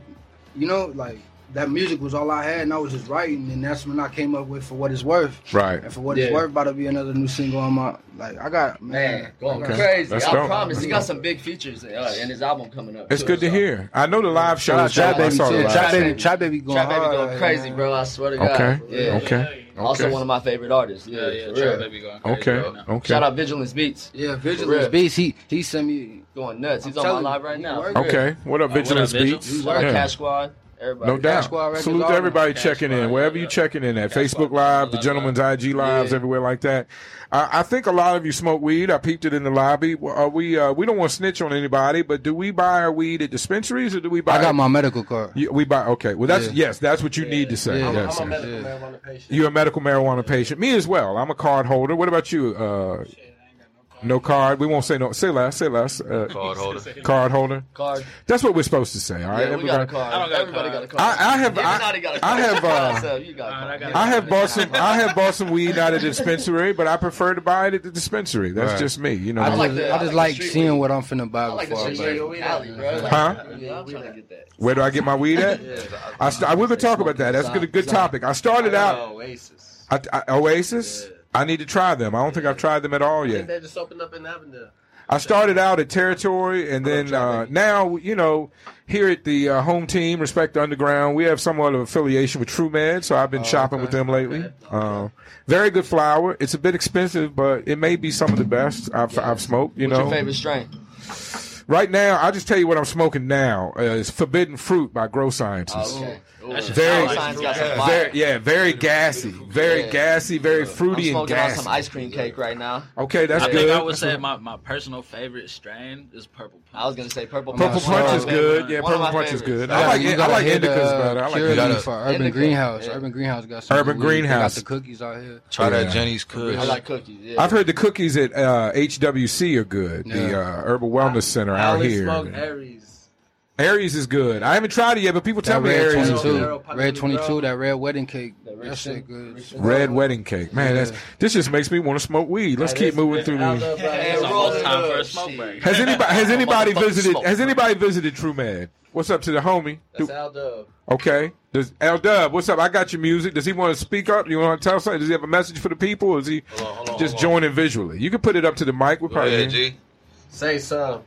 S7: you know, like that music was all I had, and I was just writing, and that's when I came up with for what it's worth.
S1: Right.
S7: And for what it's
S4: Yeah.
S7: worth, about to be another new single on my like I got
S4: Man,
S7: man.
S4: going
S1: Okay.
S4: crazy.
S1: That's
S4: I
S1: dope.
S4: promise. he
S1: That's
S4: got some big features uh, in his album coming up.
S1: It's
S4: too,
S1: good to
S4: so.
S1: hear. I know the live show.
S7: Shout out Trap
S1: I
S7: Baby,
S1: saw the
S7: too.
S1: live
S7: Trap
S1: show.
S7: Baby, Trap Baby going
S4: Trap Baby
S7: hard
S4: going
S7: right
S4: crazy,
S7: now.
S4: bro. I swear to God.
S1: Okay.
S4: Yeah.
S1: Okay.
S4: Also
S1: Okay.
S4: one of my favorite artists. Yeah,
S5: yeah, yeah,
S4: for
S5: Trap
S4: real.
S5: Baby going crazy
S1: Okay.
S5: right now.
S1: Okay.
S4: Shout out Vigilance Beats.
S7: Yeah,
S4: For
S7: Vigilance
S4: real.
S7: Beats. He he sent me.
S4: Going nuts. He's
S7: I'm
S4: on my
S7: telling you,
S4: live right
S7: he
S4: now.
S7: working.
S1: Okay. What up,
S5: what up,
S1: Vigilance
S5: Vigil?
S1: Beats?
S4: Shout out
S1: Yeah.
S4: Cash Squad. Everybody.
S1: No doubt. Salute to everybody checking in, wherever you checking in at Facebook Live, the gentleman's IG Lives, everywhere like that. I, I think a lot of you smoke weed. I peeped it in the lobby. Well, Are we? Uh, we don't want to snitch on anybody, but do we buy our weed at dispensaries or do we buy?
S7: I got my medical card.
S1: You- we buy. Okay. Well, that's
S7: Yeah.
S1: yes. That's what you need to say.
S7: Yeah. I'm-
S1: Yes,
S7: I'm a
S1: yes.
S7: medical
S2: marijuana patient.
S1: You're a medical marijuana patient. Me as well. I'm a card holder. What about you? Uh, no card. We won't say no. Say less. Say less. Uh,
S3: Card holder.
S1: Card holder.
S4: Card.
S1: That's what we're supposed to say. All right.
S4: Yeah, we got a
S1: everybody?
S4: card. I don't got Everybody got a card.
S1: I- I have- I-
S4: Illuminati got a
S1: I
S4: card.
S1: have, uh,
S4: So you got a card.
S1: I have bought some. I have bought some weed out of the dispensary, but I prefer to buy it at the dispensary. That's
S7: Right.
S1: just me. You know.
S7: I just, I just like seeing what I'm finna
S4: I
S7: buy
S4: like the
S7: before I
S4: shit
S7: buy.
S4: you
S7: it.
S4: alley, bro. Like,
S1: Huh?
S4: Yeah, I'm trying to get that.
S1: Where do I get my weed at? I st- I, we're gonna talk about that. That's good. A good topic. I started out
S2: uh, Oasis.
S1: I, I, Oasis. I need to try them. I don't think I've tried them at all
S2: I
S1: yet.
S2: think they just opened up in Avondale.
S1: I started out at territory, and then uh, now you know here at the uh, home team, respect the underground. We have somewhat of affiliation with True Med, so I've been shopping with them lately. Uh, very good flower. It's a bit expensive, but it may be some of the best I've, I've smoked. You
S4: What's
S1: know,
S4: your favorite strain?
S1: right now I'll just tell you what I'm smoking now. Uh, it's Forbidden Fruit by Grow Scientists.
S4: Okay.
S5: That's
S1: Very,
S4: Grow Science got some fire.
S1: very, yeah, very gassy, very
S4: Yeah.
S1: gassy, very
S4: I'm
S1: fruity and
S4: smoking on
S1: gassy.
S4: some ice cream cake right now.
S1: Okay, that's
S5: I
S1: good.
S5: think I would
S1: That's
S5: say
S1: good.
S5: my, my personal favorite strain is purple.
S4: I was gonna say purple.
S1: Purple
S4: One of my
S1: Punch is
S4: favorite-
S1: good. Yeah,
S4: one of
S1: Purple
S4: my
S1: Punch is
S4: favorites.
S1: good. I like
S7: You
S1: it. I
S7: gotta
S1: like
S7: hit,
S1: indicas
S7: uh,
S1: better. I like
S7: Purity
S3: gotta-
S7: for Urban
S4: Indica.
S7: Greenhouse.
S4: Yeah.
S7: Urban Greenhouse got some.
S1: Urban
S7: good weed. They
S1: Greenhouse.
S7: got the cookies out here.
S3: Try
S1: Yeah.
S3: that Jenny's Kush.
S4: I like cookies. Yeah.
S1: I've heard the cookies at uh, HWC are good. The uh, Herbal Wellness Center
S2: I
S1: out
S2: only
S1: here.
S2: smoke Aries.
S1: Aries is good. I haven't tried it yet, but people tell
S7: That
S1: me
S7: red
S1: Aries is
S7: twenty
S1: good.
S7: two,
S2: Arrow,
S7: red
S2: Patagonia
S7: twenty two,
S2: Brown.
S7: that red wedding cake. That
S4: Red
S7: shit
S4: City.
S7: good.
S1: Red wedding cake, man. That's this just makes me want to smoke weed. Let's keep moving through
S2: I
S1: these.
S2: love
S5: It's
S2: Aries.
S5: almost time for a smoke break.
S1: Has anybody has anybody
S3: Motherfucking
S1: visited
S3: smoke.
S1: has anybody visited True Man? What's up to the homie?
S2: That's
S1: Do-
S2: Al Dub.
S1: okay, does L Dub? What's up? I got your music. Does he want to speak up? You want to tell something? Does he have a message for the people? Or is he
S3: Hold on, hold on,
S1: just
S3: hold on.
S1: joining visually? You can put it up to the mic. We're
S3: Go
S1: probably
S3: ahead, G.
S2: Say something.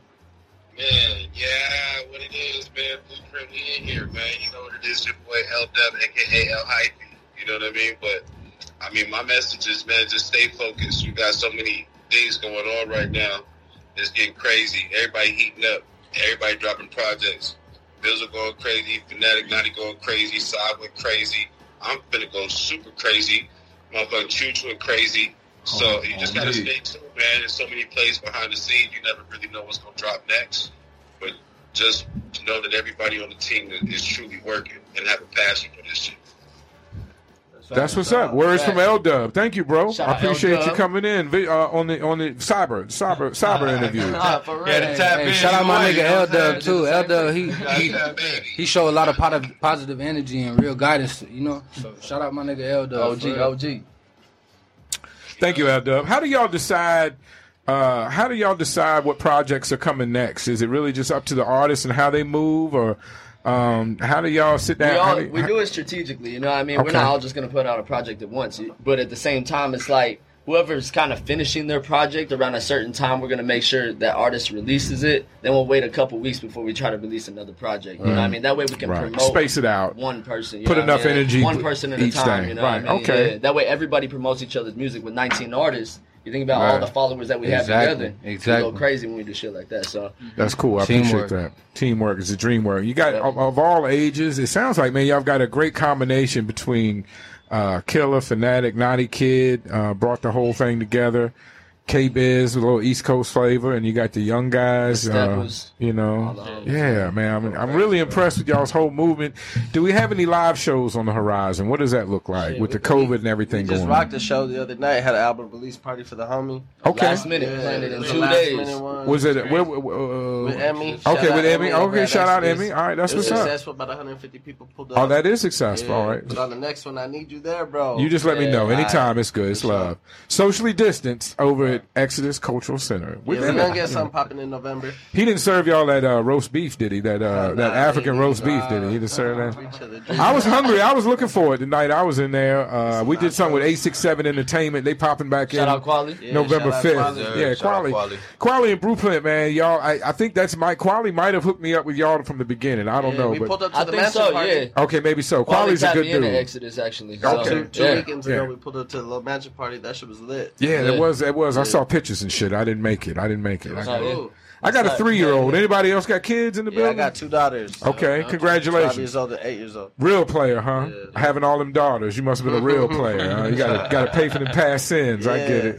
S11: Man, yeah, what it is, man. Blueprint, we in here, man. You know what it is, your boy L Dub, aka L Hype. You know what I mean? But I mean, my message is, man, just stay focused. You got so many things going on right now. It's getting crazy. Everybody heating up. Everybody dropping projects. Bills are going crazy. Fanatic Naughty going crazy. Side went crazy. I'm finna go super crazy. Motherfucking Choo went crazy. So you just gotta
S3: Indeed.
S11: stay tuned, man. There's so many plays behind the scenes. You never really know what's gonna drop next. But just know that everybody on the team is truly working and have a passion for this shit.
S1: That's what's up. Words from L Dub. Thank you, bro.
S4: Shout
S1: I
S4: out
S1: appreciate you
S4: L-Dub.
S1: coming in vi- uh, on the on the cyber
S3: <laughs>
S1: cyber cyber interview.
S4: Nah, for real.
S3: Yeah, the tap
S7: Hey,
S3: in.
S7: shout out my
S3: you
S7: nigga
S3: know
S7: L
S3: what I'm saying?
S7: Dub too. L Dub, he he
S11: Yeah, man.
S7: he show a lot of pot- positive energy and real guidance. You know, so shout out my nigga L Dub.
S4: OG, OG.
S1: Thank you, L Dub. How do y'all decide? Uh, how do y'all decide what projects are coming next? Is it really just up to the artists and how they move, or um, how do y'all sit down?
S4: we,
S1: how
S4: all,
S1: do-
S4: we do it strategically, you know what I mean? We're
S1: Okay.
S4: not all just going to put out a project at once. But at the same time, it's like whoever's kind of finishing their project around a certain time, we're going to make sure that artist releases it. Then we'll wait a couple weeks before we try to release another project. You know what I
S1: Right.
S4: mean? That way we can
S1: Right.
S4: promote
S1: Space it out.
S4: one person. you
S1: Put
S4: know what I
S1: enough
S4: mean?
S1: energy
S4: One
S1: with
S4: person at a
S1: each
S4: time.
S1: thing.
S4: You know what I
S1: Right.
S4: mean?
S1: Okay.
S4: Yeah. That way everybody promotes each other's music with 19 artists. You think about all
S1: Right.
S4: the followers that we have
S7: Exactly.
S4: together. We
S7: Exactly.
S4: go crazy when we do shit like that. So
S1: That's cool. I
S7: Teamwork.
S1: appreciate that. Teamwork is a dream work. You got
S4: Yeah.
S1: of, of all ages. It sounds like man, y'all got a great combination between uh, Killer, Fanatic, Naughty Kid. Uh, brought the whole thing together. K Biz with a little East Coast flavor, and you got the young guys.
S4: The
S1: Uh,
S4: Steppers.
S1: you
S4: all
S1: know,
S4: the homies.
S1: yeah, man. I'm, I'm really impressed with y'all's whole movement. Do we have any live shows on the horizon? What does that look like with the COVID and everything
S2: We just
S1: going?
S2: rocked
S1: on?
S2: the show the other night. Had an album release party for the homie.
S1: Okay.
S4: last minute, planned it in
S2: the
S4: two
S2: last
S4: days.
S2: minute one.
S1: Was it where? where-
S2: with
S1: Uh,
S2: Emmy? Shout
S1: okay,
S2: out
S1: with Emmy.
S2: and
S1: Okay,
S2: Brad
S1: shout out
S2: Exodus.
S1: Emmy. All right, that's
S2: it was
S1: what's up.
S2: successful. About 150 people pulled up.
S1: Oh, that is successful.
S2: Yeah,
S1: All right.
S2: But on the next one, I need you there, bro.
S1: You just let me
S4: Yeah,
S1: know
S4: all right.
S1: anytime. It's good. It's
S2: For sure.
S1: love. Socially distanced over at Exodus Cultural Center.
S2: Yeah,
S1: With
S2: we're
S1: Emmy.
S2: gonna get something popping in November.
S1: He didn't serve y'all that uh, roast beef, did he? That
S2: Nah,
S1: uh, that
S2: nah,
S1: African
S2: he-
S1: roast beef,
S2: nah.
S1: did he? He didn't serve
S2: We
S1: that.
S2: chillin'.
S1: I was hungry. I was looking for it tonight. I was in there. Uh, we did something with eight six seven Entertainment. They popping back
S4: shout
S1: in.
S4: out Quali.
S2: Yeah,
S1: November
S2: shout out
S1: fifth.
S2: Quali.
S3: Yeah,
S1: Yeah,
S3: shout out
S1: Quali.
S3: Quali.
S1: Quali and Blueprint, man, y'all. I, I think that's my Quali might have hooked me up with y'all from the beginning. I don't
S2: Yeah,
S1: know,
S2: We
S1: but
S2: pulled up to
S4: I
S2: the
S4: think
S2: master
S4: so,
S2: party.
S4: yeah.
S1: okay, maybe so.
S4: Quali
S1: Quali's a
S4: tapped
S1: good
S4: me into
S1: dude.
S4: Exodus, actually.
S1: Okay.
S4: So,
S2: Two, two
S4: yeah.
S2: weekends
S1: Yeah.
S2: ago, we pulled up to the little magic party. That shit was lit.
S1: Yeah,
S4: Yeah.
S1: it was. It was. I
S2: Yeah.
S1: saw pictures and shit. I didn't make it. I didn't make it. I
S2: It was
S4: Oh, yeah.
S2: cool.
S1: I got a
S2: Like,
S1: three year old.
S2: yeah, yeah.
S1: Anybody else got kids in the
S2: Yeah, I
S1: building?
S2: got two daughters.
S1: Okay,
S2: Uh,
S1: congratulations.
S2: Twelve years old and eight years old.
S1: Real player, huh? Having all them daughters, you must have been a real player. Huh? You gotta gotta pay for the past sins. I get
S2: Yeah.
S1: it.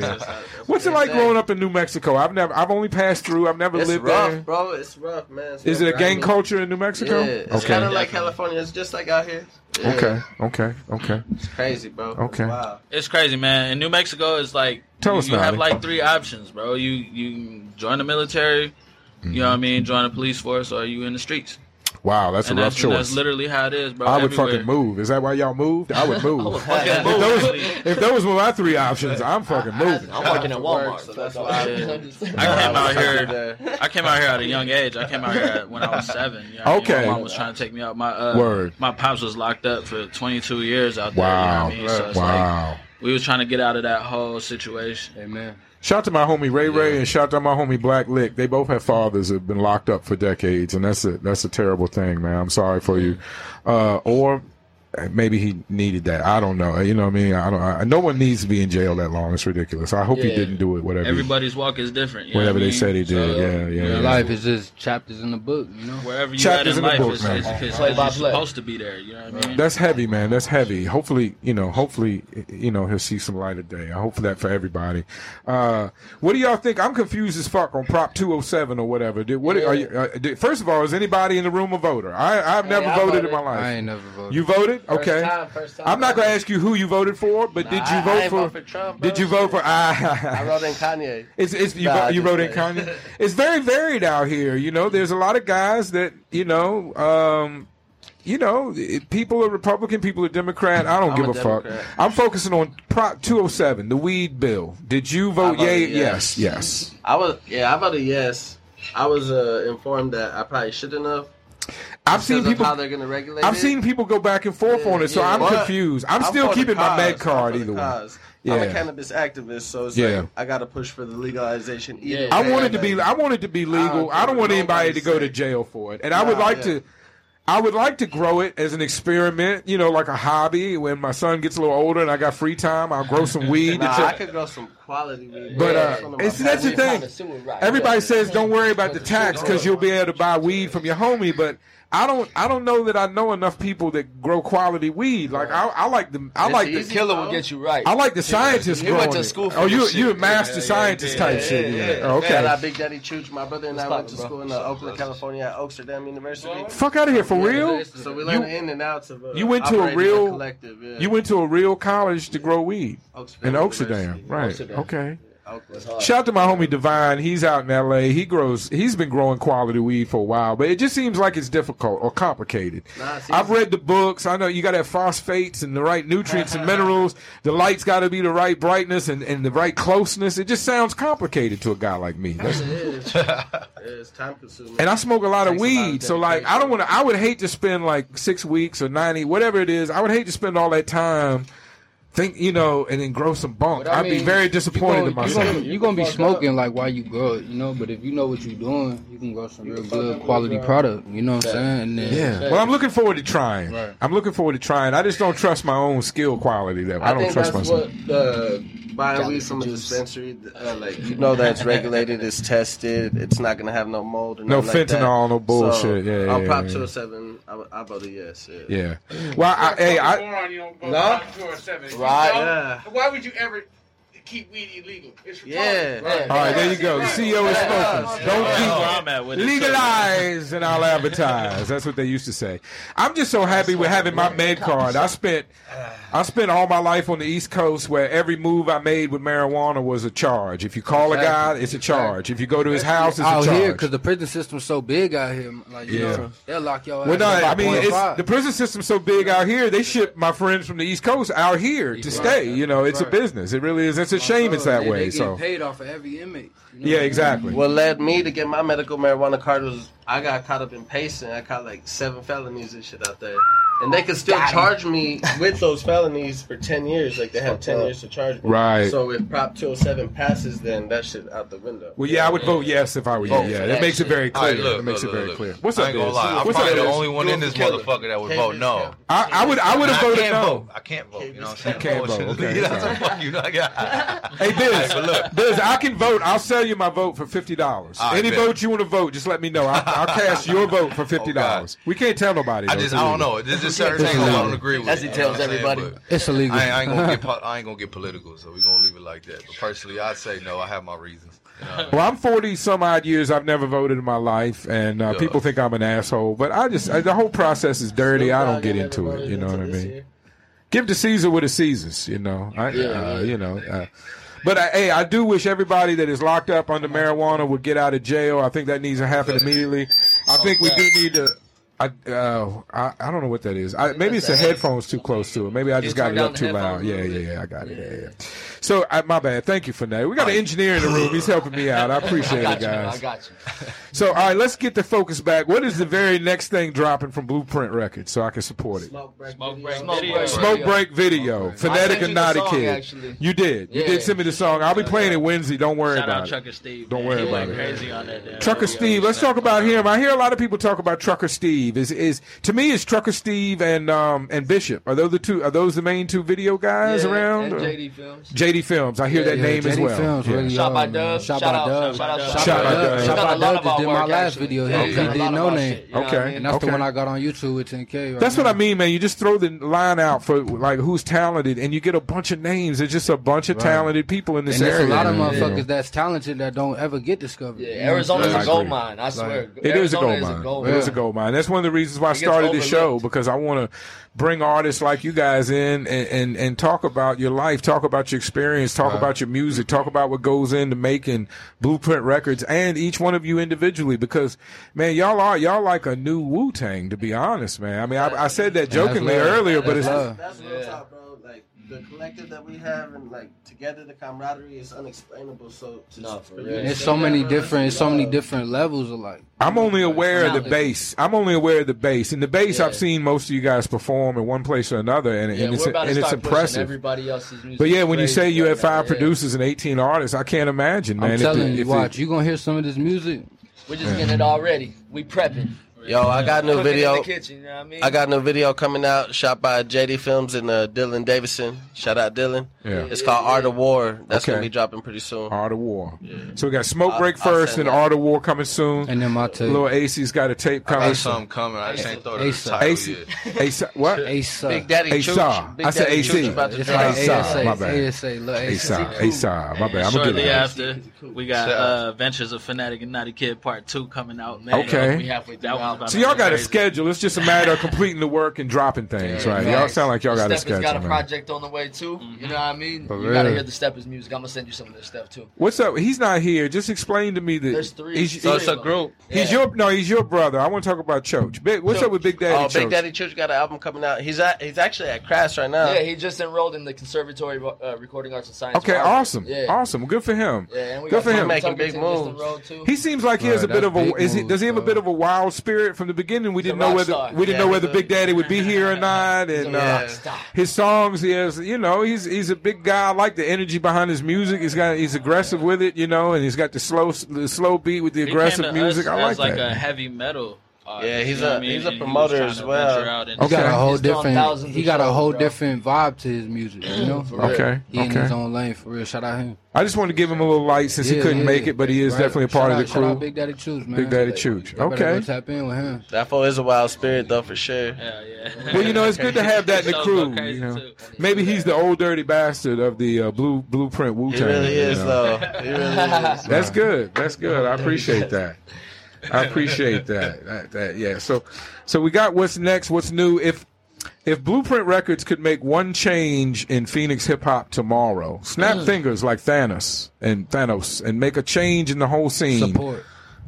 S1: Yeah,
S2: <laughs>
S1: yeah, yeah. What's it like growing up in New Mexico? I've never, I've only passed through. I've never
S2: It's
S1: lived
S2: rough,
S1: there.
S2: bro. It's rough, man. It's
S1: Is
S2: rough
S1: it a gang
S2: grinding.
S1: culture in New Mexico?
S2: Yeah, it's
S1: Okay.
S2: kind of like California. It's just like out here. Yeah.
S1: Okay, okay, okay.
S2: It's crazy, bro.
S1: Okay.
S2: Wow.
S5: It's crazy, man. In New Mexico, it's like
S1: Tell
S5: you,
S1: us
S5: you
S1: about
S5: have
S1: it.
S5: like three options, bro. You you join the military, you know what I mean, join the police force, or you in the streets.
S1: Wow, Mm-hmm. that's
S5: and
S1: a rough
S5: that's,
S1: choice.
S5: That's literally how it is, bro.
S1: I would
S5: everywhere.
S1: fucking move. Is that why y'all moved? I
S5: <laughs>
S1: would move.
S5: fucking
S1: if,
S5: move,
S1: those, if those were my three options, I'm fucking moving.
S2: I'm working at Walmart, so that's why I
S5: I came out
S2: <laughs>
S5: here.
S2: uh,
S5: I came out here at a young age. I came out here at- when I was seven. You know what I mean?
S1: Okay.
S5: My mom was trying to take me out. My uh,
S1: Word.
S5: My pops was locked up for 22 years out there.
S1: Wow.
S5: You know what I mean? So it's
S1: wow.
S5: like we was trying to get out of that whole situation.
S7: Amen.
S1: Shout out to my homie Ray Ray and shout out to my homie Black Lick. They both have fathers that have been locked up for decades, and that's a that's a terrible thing, man. I'm sorry for you. Uh, or maybe he needed that. I don't know. You know what I mean? I don't. I, no one needs to be in jail that long. It's ridiculous. I hope he
S5: Yeah.
S1: didn't do it. Whatever. he-
S5: Everybody's walk is different. You know
S1: whatever
S5: what I
S1: they
S5: mean?
S1: said he
S5: So,
S1: did. yeah, yeah. yeah.
S7: life is just chapters in the book, you know.
S5: Wherever you
S1: Chapters in
S5: at in,
S1: the
S5: life,
S1: book,
S5: it's,
S1: man.
S5: it's, it's,
S7: Play
S5: it's
S7: by play.
S5: supposed to be there. You know what I mean?
S1: That's heavy, man. That's heavy. Hopefully, you know, hopefully, you know, he'll see some light of day. I hope for that for everybody. Uh, what do y'all think? I'm confused as fuck on Prop 207 or whatever. Did, what are you, uh, did, first of all, is anybody in the room a voter? I, I've never
S7: I
S1: voted,
S7: voted.
S1: in my life.
S7: I ain't never voted.
S1: You voted?
S7: First
S1: okay.
S7: time, first time.
S1: I'm not going to ask you who you voted for, but did you
S2: I- I
S1: vote
S2: ain't
S1: for?
S2: vote for Trump,
S1: did you vote for? <laughs>
S2: I wrote in Kanye.
S1: It's, it's you,
S2: Nah,
S1: vo-
S2: I
S1: you
S2: just
S1: wrote in
S2: played. <laughs>
S1: Kanye. It's very varied out here. You know, there's a lot of guys that you know. Um, you know, it- people are Republican, people are Democrat. I don't
S2: I'm
S1: give
S2: a
S1: a, fuck.
S2: Democrat.
S1: I'm focusing on Prop 207, the weed bill. Did you vote
S2: I voted
S1: yay?
S2: yes.
S1: Yes, yes.
S2: I was yeah. I voted yes. I was uh, informed that I probably shouldn't have.
S1: I've
S2: because
S1: seen
S2: of
S1: people-
S2: how they're gonna regulate.
S1: I've
S2: it.
S1: seen people go back and forth on it, so
S2: Yeah,
S1: I'm
S2: but
S1: confused. I'm, still
S2: for the
S1: keeping my med
S2: cause.
S1: card
S2: I'm for the
S1: either way.
S2: cause. I'm a
S1: Yeah.
S2: cannabis activist, so it's
S1: Yeah.
S2: like I gotta push for the legalization. Either
S1: I
S2: way,
S1: wanted to
S2: like-
S1: be. I wanted to be legal. I don't want anybody to go to jail for it, and I would
S2: Nah,
S1: like
S2: yeah.
S1: to. I would like to grow it as an experiment, you know, like a hobby. When my son gets a little older and I got free time, I'll grow
S4: <laughs>
S1: some weed.
S2: Nah,
S1: to check-
S2: I could grow some quality weed.
S1: But
S2: That's
S1: uh,
S2: one of my
S1: it's, that's the
S2: passions.
S1: thing. Everybody says don't worry about the tax because you'll be able to buy weed from your homie. But I don't. I don't know that I know enough people that grow quality weed. Like I, I like the. I like the
S4: killer will get you right.
S1: I like the scientist.
S4: He
S1: growing
S4: went to
S1: it.
S4: school for
S1: Oh,
S4: this
S1: you
S4: shit.
S1: you a master
S4: Yeah, yeah,
S1: scientist
S4: yeah,
S1: type
S4: yeah,
S1: shit.
S4: yeah,
S1: Yeah.
S4: yeah.
S1: Okay.
S2: Man, I Big Daddy Chooch. My brother and I
S4: What's
S2: went to
S4: poppin',
S2: school in uh, Oakland, California, at Amsterdam University.
S1: Fuck out of here for
S2: Yeah,
S1: real.
S2: So we learned the in and outs of. Uh,
S1: You went to a
S2: operating
S1: real
S2: collective. Yeah.
S1: You went to a real college to grow weed
S2: Oxford
S1: in
S2: University. Uh,
S1: Oxidam, right?
S2: Amsterdam.
S1: Okay.
S2: Oakland. <laughs>
S1: Shout out to my homie Divine. He's out in L.A. He grows. He's been growing quality weed for a while, but it just seems like it's difficult or complicated.
S2: Nah, it's
S1: I've read the books. I know you got to have phosphates and the right nutrients and
S2: <laughs>
S1: minerals. The light's got to be the right brightness and, and the right closeness. It just sounds complicated to a guy
S2: <laughs>
S1: like me. That's-
S2: It is. Yeah, it's time consuming.
S1: and I smoke a lot of
S2: Takes a lot of
S1: weed, so like I don't want to. I would hate to spend like six weeks or ninety, whatever it is. I would hate to spend all that time. Think you know, and then grow some bunk.
S7: But I
S1: I'd be
S7: mean,
S1: very
S7: you
S1: disappointed
S7: gonna-
S1: in
S7: you
S1: myself.
S7: gonna- You're gonna be smoking like while you grow it, you know. But if you know what you're doing, you can grow some real good quality product. You know what I'm saying? And then,
S1: Yeah. Well, I'm looking forward to trying. I'm looking forward to trying. I just don't trust my own skill quality level. I, don't
S2: think
S1: trust
S2: that's
S1: myself.
S2: what uh, buying weed from a dispensary, uh, like you know that it's regulated, it's tested, it's not gonna have no mold, or
S1: No
S2: nothing like that.
S1: fentanyl, no bullshit.
S2: So,
S1: Yeah,
S2: on
S1: yeah,
S2: Prop
S1: yeah.
S2: 207, I, would- I voted yes. Yeah.
S1: yeah. Well, I, hey, I
S12: moron, you don't vote
S2: Nah.
S12: for two or seven. You
S2: Right.
S12: dumb.
S2: Yeah.
S12: Why would you ever keep weed illegal? It's retarded.
S2: Yeah.
S1: All right, there you go. The CEO is spoken.
S5: I'm at
S1: Don't
S5: with
S1: keep
S5: it.
S1: legalize and I'll advertise. That's what they used to say. I'm just so happy with having my med card. I spent I spent all my life on the East Coast where every move I made with marijuana was a charge. If you call a guy, it's a charge. If you go to his house, it's a
S7: out here
S1: charge.
S7: because the prison system's so big out here. Like, you
S1: Yeah.
S7: know, they'll lock your ass.
S1: Well, no,
S7: up by
S1: I mean, it's,
S7: 0.5.
S1: the prison system's so big out here, they ship my friends from the East Coast out here to stay. You know, it's a business. It really is. It's a shame it's that
S7: They-
S1: way.
S7: They get
S1: So,
S7: paid off of every inmate.
S1: yeah, exactly.
S2: What led me to get my medical marijuana card was I got caught up in pacing. I caught like seven felonies and shit out there. and they could still charge me with those felonies for ten years. Like they have ten years to charge me.
S1: Right.
S2: So if Prop 207 passes, then that shit out the window.
S1: Well, yeah, I would vote yes if I were you.
S2: Vote
S1: Yeah,
S2: for
S1: that
S2: that
S1: makes it
S2: shit.
S1: very clear.
S2: All right, look,
S1: That makes it
S2: look,
S1: very
S2: look,
S1: clear.
S2: look.
S1: What's
S3: I
S1: up,
S3: ain't gonna
S1: Biz?
S3: lie. I'm
S1: What's
S3: probably
S1: up,
S3: the
S1: Biz?
S3: only one in this motherfucker that would vote Oh, no.
S1: I, I would. I would have voted
S3: I can't
S1: no.
S3: vote. I can't vote. You know what I'm saying?
S1: You can't vote.
S3: Bullshit.
S9: <laughs>
S1: Okay,
S3: That's
S1: sorry.
S3: a fuck you. know, I got-
S1: Hey Biz,
S3: Hey, but look.
S1: Biz, I can vote. I'll sell you my vote for fifty dollars.
S3: All right,
S1: Any
S3: bet.
S1: vote you want to vote, just let me know. I'll,
S3: <laughs>
S1: I'll cast your vote for fifty dollars. we can't tell nobody.
S3: Oh, I
S1: though,
S3: just,
S1: can
S3: I
S1: we?
S3: don't know. There's just certain things I don't agree with.
S1: As he
S3: you know
S1: tells
S3: what I'm saying?
S1: everybody.
S3: But
S1: It's illegal.
S3: I ain't, I ain't gonna get, po- I ain't gonna get political, so we're gonna leave it like that. But personally, I'd say no. I have my reasons. You know what I mean?
S1: Well, I'm 40 some odd years. I've never voted in my life, and uh,
S3: Yeah.
S1: people think I'm an asshole. But I just I, the whole process is dirty. I don't get into it. You know what I mean? Give to Caesar what is Caesar's. You know. I,
S3: Yeah.
S1: uh, you know. Uh, but I, hey, I do wish everybody that is locked up under marijuana would get out of jail. I think that needs to happen immediately. I think we do need to. I, uh, I I don't know what that is. I, maybe it's the headphones too close to it. Maybe I just got
S3: turn
S1: it up
S3: down the
S1: too loud.
S3: headphones
S1: Yeah, yeah, yeah. I got it. Yeah, yeah. So I, my bad. Thank you for that. We got an engineer in the room. He's helping me out. I appreciate
S4: I got
S1: it,
S4: you, man. I
S1: guys.
S4: got you.
S1: So, all right, let's get the focus back. What is the very next thing dropping from Blueprint Records so I can support it?
S2: Smoke break.
S5: Smoke break.
S1: Smoke, break video, phonetic
S5: I sent
S1: and
S5: you the
S1: naughty
S5: song,
S1: kid.
S5: actually.
S1: You did. You
S5: Yeah.
S1: did send me the song. I'll be playing it Wednesday. Don't worry
S5: Shout
S1: about
S5: out
S1: it.
S5: Trucker Steve.
S1: Don't
S5: man.
S1: worry
S5: He
S1: about
S5: went
S1: it.
S5: Crazy on that. damn
S1: Trucker
S5: video.
S1: Steve. Let's talk about him. I hear a lot of people talk about Trucker Steve. Is is to me is Trucker Steve and um and Bishop are those the two are those the main two video guys
S4: Yeah,
S1: around?
S4: and
S1: or-
S4: JD Films.
S1: JD Films. I hear
S4: Yeah,
S1: that
S4: yeah,
S1: name as
S4: JD
S1: well.
S4: Films,
S1: Yeah.
S4: really Shot
S7: um,
S4: by are, man. Dub. Shot Shout by out- Dub. shout out- shout
S1: Shout
S4: out
S1: by
S4: Dub.
S1: Dub.
S4: Shout out
S7: I
S4: A lot
S7: done
S4: of our
S7: just did my
S4: work,
S7: last
S4: actually.
S7: video.
S4: Yeah,
S7: He
S4: yeah. A
S7: did
S4: lot of
S7: no
S4: our
S7: name.
S4: shit, you know what I
S1: Okay,
S4: mean?
S7: And that's the
S1: okay.
S7: one I got on YouTube with 10K. Right
S1: That's
S7: now.
S1: what I mean, man. You just throw the line out for like who's talented, and you get a bunch of names. There's just a bunch of
S7: Right.
S1: talented people in this
S7: and there's
S1: area.
S7: a lot of
S1: man, you know.
S7: motherfuckers that's talented that don't ever get discovered.
S4: Yeah,
S7: You know?
S4: Arizona's
S1: Yeah, I
S4: a gold
S1: agree.
S4: mine. I swear.
S1: It is a
S4: Arizona
S1: gold
S4: is
S1: mine.
S4: gold
S1: It is a
S4: mine.
S1: gold mine. That's one of the reasons why I
S4: It gets
S1: started this show
S4: overlooked.
S1: because I want to bring artists like you guys in and, and, and talk about your life, talk about your experience, talk about your music, talk about what goes into making Blueprint Records and each one of you individually because, man, y'all are, y'all like a new Wu Tang, to be honest, man. I mean, I, I said that
S7: that's
S1: jokingly
S7: love.
S1: earlier, but it's.
S7: That's love.
S2: That's real talk, bro. Like the collective that we have and like together the camaraderie is unexplainable. So to
S4: No, for
S2: for you
S4: real.
S2: to
S7: There's
S2: say
S7: so
S2: that,
S7: many
S2: bro,
S7: different,
S2: that's
S7: so many
S2: love.
S7: different levels of like.
S1: I'm only aware of the
S7: Sound.
S1: bass. I'm only aware of the bass. And the bass, I've seen most of you guys perform in one place or another, and,
S4: Yeah,
S1: and it's
S4: we're about to
S1: and it's
S4: start pushing
S1: impressive.
S4: Everybody else's music
S1: But yeah, when you
S4: crazy
S1: say you
S4: right
S1: have
S4: now,
S1: five
S4: yeah.
S1: producers and 18 artists, I can't imagine, man.
S7: I'm telling
S1: it-
S7: you,
S1: it-
S7: watch, you gonna hear some of this music.
S4: We're just getting it already. We prepping.
S2: Yo, I got a new
S4: Cooking
S2: video.
S4: In the kitchen, you know what I mean?
S2: I got a new video coming out, shot by JD Films and uh, Dylan Davison. Shout out Dylan.
S1: Yeah.
S2: It's called Art of War. That's gonna
S1: Okay.
S2: be dropping pretty soon.
S1: Art of War. So we got Smoke
S2: I-
S1: Break
S2: I
S1: first,
S2: said
S1: and
S2: that.
S1: Art of War coming soon.
S7: And then my tape.
S1: Little AC's got a tape
S3: I
S1: coming.
S3: got something coming. I just ain't thought of the title
S1: AC,
S3: yet.
S1: AC, what?
S7: Asa.
S2: Big Daddy
S1: ASAP.
S2: Chooch. Big
S1: I said
S2: Daddy
S1: AC.
S2: Chooch about to
S7: It's
S2: drop.
S7: like
S1: ASAP,
S7: ASA,
S1: my bad.
S7: ASA, little
S1: ASAP,
S7: ASAP.
S1: ASAP. My bad. I'm gonna do
S5: Shortly
S1: that.
S5: after, we got uh, Adventures of Fanatic and Naughty Kid Part Two coming out. Man,
S1: Okay.
S5: we halfway through. That was
S1: So y'all got a
S5: crazy.
S1: schedule. It's just a matter of completing the work and dropping things, right? Y'all sound like y'all got a
S4: Steppers
S1: schedule,
S4: got a
S1: man.
S4: project on the way too.
S5: Mm-hmm.
S4: You know what I mean?
S1: For
S4: you gotta
S1: real.
S4: hear the Steppers music. I'm gonna send you some of this stuff too.
S1: What's up? He's not here. Just explain to me that
S4: There's three.
S1: He's,
S4: So
S2: it's a group.
S1: He's your no. He's your brother. I want to talk about Choach. Big, what's up with Big Daddy?
S2: Oh, Big
S1: Choach?
S2: Daddy Chooch got an album coming out. He's at he's actually at Crash right now.
S4: Yeah, he just enrolled in the Conservatory of, uh, Recording Arts and Science.
S1: Okay,
S4: Harvard.
S1: awesome,
S4: Yeah.
S1: awesome. Good for him.
S4: Yeah, and we
S1: Good
S4: got
S1: for him.
S4: Tom Tucker just enrolled, too.
S1: He seems like he has a
S7: Right,
S1: bit
S7: that's
S1: of a
S7: big
S1: is he,
S7: moves,
S1: does he have a
S7: bro.
S1: bit of a wild spirit from the beginning? We didn't
S4: a
S1: know
S4: rock
S1: whether
S4: star.
S1: we didn't
S4: Yeah,
S1: know whether
S4: he's a-
S1: Big Daddy would be here or not, and
S4: a
S1: uh,
S4: rock star.
S1: his songs. He has you know he's he's a big guy. I like the energy behind his music. He's got he's aggressive with it, you know, and he's got the slow the slow beat with the
S5: He
S1: aggressive
S5: came to
S1: music.
S5: us
S1: I
S5: as
S1: like,
S5: like
S1: that.
S5: a heavy metal. Artist,
S2: Yeah, he's
S5: you know
S2: a-
S5: what I mean?
S2: he's a
S5: And he was
S2: promoter
S5: trying
S2: as
S5: to
S2: well.
S5: venture out and-
S7: He got a whole
S4: He's doing
S7: different.
S4: thousands
S7: He
S4: of
S7: got a
S4: shows,
S7: whole
S4: bro.
S7: different vibe to his music. You know, For real.
S1: Okay,
S7: He in
S1: okay.
S7: his own lane for real. Shout out him.
S1: I just wanted to give him a little light since he
S7: Yeah,
S1: couldn't
S7: yeah,
S1: make it, but he is
S7: right.
S1: definitely a part
S7: Shout
S1: of the
S7: out- shout out
S1: crew.
S7: Big Daddy Chooch, man.
S1: Big Daddy Chooch.
S7: Y'all better
S1: Okay.
S7: go Tap in with him.
S2: That fool is a wild spirit though for sure.
S5: <laughs> Hell yeah.
S1: Well, you know, it's good to have
S5: <laughs>
S1: that in the
S5: Shows
S1: crew.
S5: go crazy,
S1: You know,
S5: too.
S1: maybe he's the old dirty bastard of the uh, blue blueprint Wu Tang.
S2: He really is though. He
S7: <laughs>
S2: really is.
S1: That's good. That's good. I appreciate that. I appreciate that. that. That yeah. So, so we got what's next. What's new? If if Blueprint Records could make one change in Phoenix hip hop tomorrow, snap
S7: Mm.
S1: fingers like Thanos and Thanos, and make a change in the whole scene.
S7: Support.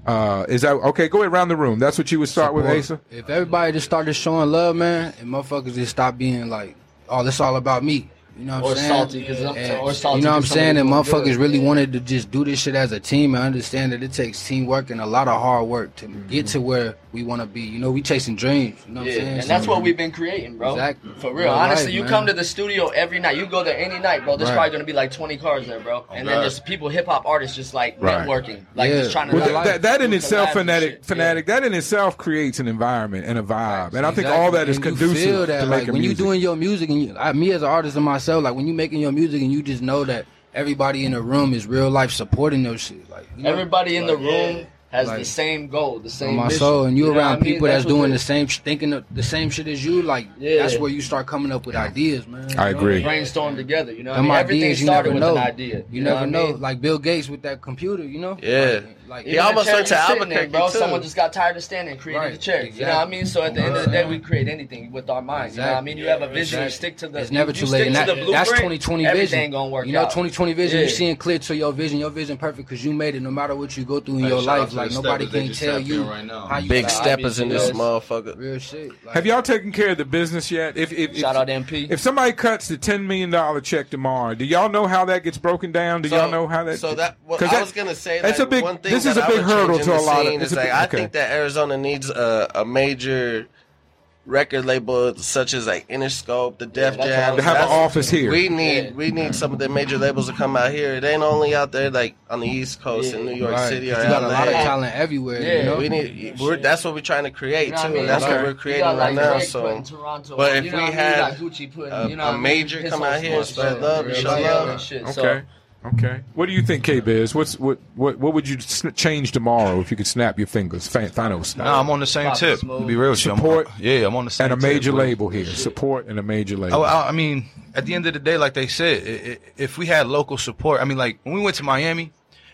S1: Uh, is that okay? Go ahead around the room. That's what you would start with, Asa.
S7: Support. If everybody just started showing love, man, and motherfuckers just stop being like, "Oh, that's all about me." You know
S4: Or
S7: what I'm saying?
S4: salty, 'cause I'm- or salty
S7: You know what I'm
S4: 'cause
S7: saying? And
S4: somebody doing
S7: motherfuckers
S4: good.
S7: really wanted to just do this shit as a team and understand that it takes teamwork and a lot of hard work to get to where we want to be. You know, we chasing dreams. You know what I'm
S4: yeah,
S7: saying?
S4: and
S7: So-
S4: that's what we've been creating, bro.
S7: Exactly.
S4: For real.
S7: Real
S4: Honestly,
S7: life,
S4: you
S7: man.
S4: come to the studio every night. You go there any night, bro. There's
S7: Right.
S4: probably gonna be like 20 cars there, bro. And then
S1: Oh, God.
S4: there's people, hip hop artists, just like
S1: Right.
S4: networking, like just trying to.
S1: Well,
S4: like,
S1: that, that, that in
S4: do
S1: itself,
S4: collabs and
S1: fanatic,
S4: shit.
S1: fanatic. That in itself creates an environment and a vibe, and I think
S7: Exactly.
S1: all that is
S7: And
S1: conducive
S7: You feel that,
S1: to
S7: like
S1: making
S7: when
S1: music.
S7: you doing your music, and you, I, me as an artist and myself, like when you making your music, and you just know that everybody in the room is real life supporting your shit. Like you know,
S4: Everybody in the
S7: like,
S4: room has the
S7: Like,
S4: same goal, the
S7: on
S4: same.
S7: my
S4: mission.
S7: soul, and you,
S4: know what I
S7: around
S4: mean?
S7: people that's,
S4: what
S7: doing
S4: it-
S7: the same, sh- thinking of the same shit as you. Like
S4: Yeah.
S7: that's where you start coming up with ideas, man.
S1: I
S7: You know?
S1: agree.
S4: Brainstorm together, you know. what I
S7: Them
S4: mean? Everything
S7: ideas, you never
S4: started with an
S7: know.
S4: idea.
S7: You, never
S4: what I
S7: know.
S4: mean?
S7: Like Bill Gates with that computer, you know?
S2: Yeah.
S7: Like,
S4: Even the chair you sitting in, bro. Someone just got tired of standing, created the chair. You know what I mean? So at the end of the day, we create anything with our minds. You know what I mean? You have a vision, you
S7: Exactly.
S4: stick to the.
S7: It's never
S4: you
S7: too
S4: stick
S7: late. And
S4: to
S7: that,
S4: the
S7: that's
S4: blueprint,
S7: 2020 vision.
S4: Everything gonna work
S7: You know,
S4: out.
S7: 2020 vision.
S4: Yeah.
S7: You seeing clear to your vision. Your vision perfect because you made it. No matter what you go through in
S2: Hey,
S7: your
S2: shout out
S7: life,
S2: to
S7: like
S2: the
S7: nobody
S2: steppers they
S7: can
S2: just
S7: tell
S2: tapped in
S7: you
S2: right now.
S7: how you
S2: Big
S7: got out.
S2: steppers in this
S7: Yes.
S2: motherfucker.
S7: Real shit.
S1: Have y'all taken care of the business yet? If, if,
S4: Shout
S1: if,
S4: out to MP.
S1: If somebody cuts the ten million dollar check tomorrow, do y'all know how that gets broken down? Do y'all
S2: So-
S1: know how that?
S2: So that well,
S1: 'cause
S2: I
S1: that-
S2: was gonna say
S1: that's
S2: like,
S1: a big.
S2: One thing
S1: this is
S2: that
S1: a
S2: I
S1: big
S2: would change
S1: hurdle
S2: in
S1: to
S2: the
S1: a lot of.
S2: scene Is
S1: it's a
S2: like
S1: big-
S2: I
S1: okay.
S2: think that Arizona needs a, a major record label such as like Interscope, the Def
S1: that's what I
S2: Jam.
S1: was- To have an
S2: That's-
S1: office here.
S2: We need we need some of the major labels to come out here. It ain't only out there like on the East Coast in New York
S7: Right.
S2: City or
S7: But you got a
S2: LA.
S7: lot of talent everywhere.
S2: Yeah,
S7: you know?
S2: we need. We're, that's what we're trying to create
S7: You know what
S2: too.
S7: I mean?
S2: That's
S7: Like,
S2: what we're
S7: you
S2: creating
S7: got,
S2: right
S7: like,
S2: now.
S7: Drake
S2: So,
S7: putting Toronto
S2: but
S7: on,
S2: if
S7: you know
S2: we
S7: what I mean? You
S2: had
S7: got Gucci putting,
S2: a,
S7: you know what I
S2: a
S7: mean?
S2: major
S7: His
S2: come
S7: whole
S2: out here and
S7: squad,
S2: spread
S7: so,
S2: love,
S7: real
S2: and show
S7: life
S2: love.
S7: and shit, so-
S1: Okay. Okay. What do you think, K Biz? What's what what what would you sn- change tomorrow if you could snap your fingers, Fa- Thanos?
S3: Nah, I'm on the same tip. To be real with you, I'm on-
S1: Support.
S3: yeah, I'm on the same.
S1: and a
S3: tip,
S1: major
S3: bro. Oh,
S1: label here. Support and a major label.
S3: I, I- I mean, at the end of the day, like they said, i- i- if we had local support, I mean, like when we went to Miami,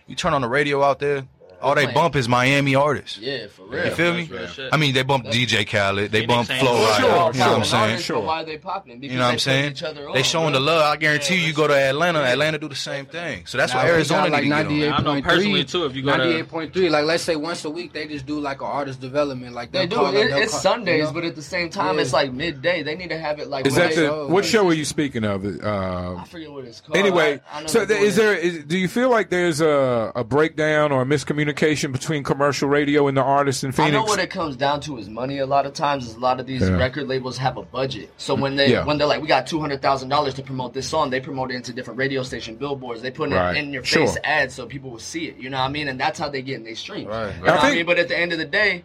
S3: you turn on the radio out there, all they
S4: playing-
S3: bump is Miami artists.
S4: Yeah, for real.
S3: You feel me?
S4: That's real shit.
S3: I mean, they bump DJ Khaled, they
S4: Phoenix
S3: bump
S4: ain't-
S3: Flo Rida. You know what I'm saying?
S4: Artists, but Why are they popping? Because
S3: you know what
S4: they
S3: I'm saying?
S4: put Each other
S3: they
S4: on,
S3: showing
S4: bro.
S3: the love. I guarantee you, you go to Atlanta, Atlanta do the same thing. So that's
S7: Now,
S3: what
S7: we
S3: Arizona
S7: got, like
S3: need to get on.
S7: 98.3.
S5: too, if you go to-
S7: 98.3, like let's say once a week, they just do like an artist development. Like
S4: They
S7: they'll
S4: do
S7: call
S4: it.
S7: up, they'll
S4: It's
S7: call-
S4: Sundays,
S7: you know?
S4: but at the same time,
S7: Yeah.
S4: it's like midday. They need to have it like.
S1: Is that
S4: when they-
S1: the what show are you speaking of? Uh,
S4: I forget what it's called.
S1: Anyway,
S4: I- I know
S1: so
S4: they're
S1: there,
S4: doing
S1: is
S4: it.
S1: there? Is, do you feel like there's a, a breakdown or a miscommunication between commercial radio and the artists in Phoenix?
S4: I know what it comes down to is money. A lot of times, is a lot of these
S1: Yeah.
S4: record labels have a budget. So when they
S1: Yeah.
S4: when they're like, we got two hundred thousand dollars to promote this song, they promote it into different radio station billboards. They put
S1: Right.
S4: it in your
S1: Sure.
S4: face ads so people will see it. You know what I mean? And that's how they get in their streams. You know
S1: I
S4: what I
S1: think-
S4: mean? But at the end of the day.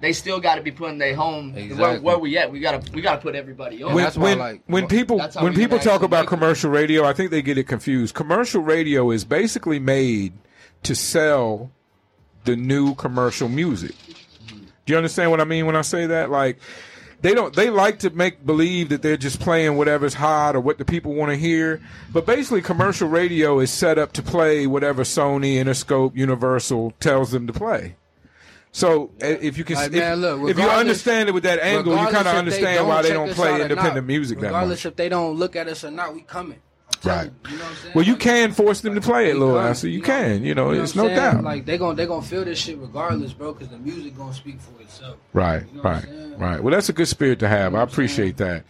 S4: They still got to be putting their home where,
S1: Exactly.
S4: where we at. We gotta we gotta put everybody on.
S1: when, when, when people
S4: That's how
S1: when
S4: we can
S1: people talk
S4: actually
S1: about
S4: make it.
S1: commercial radio, I think they get it confused. Commercial radio is basically made to sell the new commercial music. Do you understand what I mean when I say that? Like they don't they like to make believe that they're just playing whatever's hot or what the people want to hear. But basically commercial radio is set up to play whatever Sony, Interscope, Universal tells them to play. So i- if you can,
S7: Like,
S1: if,
S7: man, look,
S1: if you
S7: regardless-
S1: understand it with that angle, you
S7: regardless
S1: kind of
S7: if they
S1: understand why they
S7: check
S1: don't
S7: us
S1: play
S7: out or
S1: independent
S7: not,
S1: music that much.
S7: Regardless if they don't look at us or not, we coming.
S1: Right. well, you can force them to play it, Lil Asa. You can. You know,
S7: You know
S1: it's
S7: what
S1: no
S7: I'm saying?
S1: doubt.
S7: Like they gon' they gonna feel this shit regardless, bro, because the music gonna speak for itself.
S1: Right, right, right. Well, that's a good spirit to have. I appreciate that.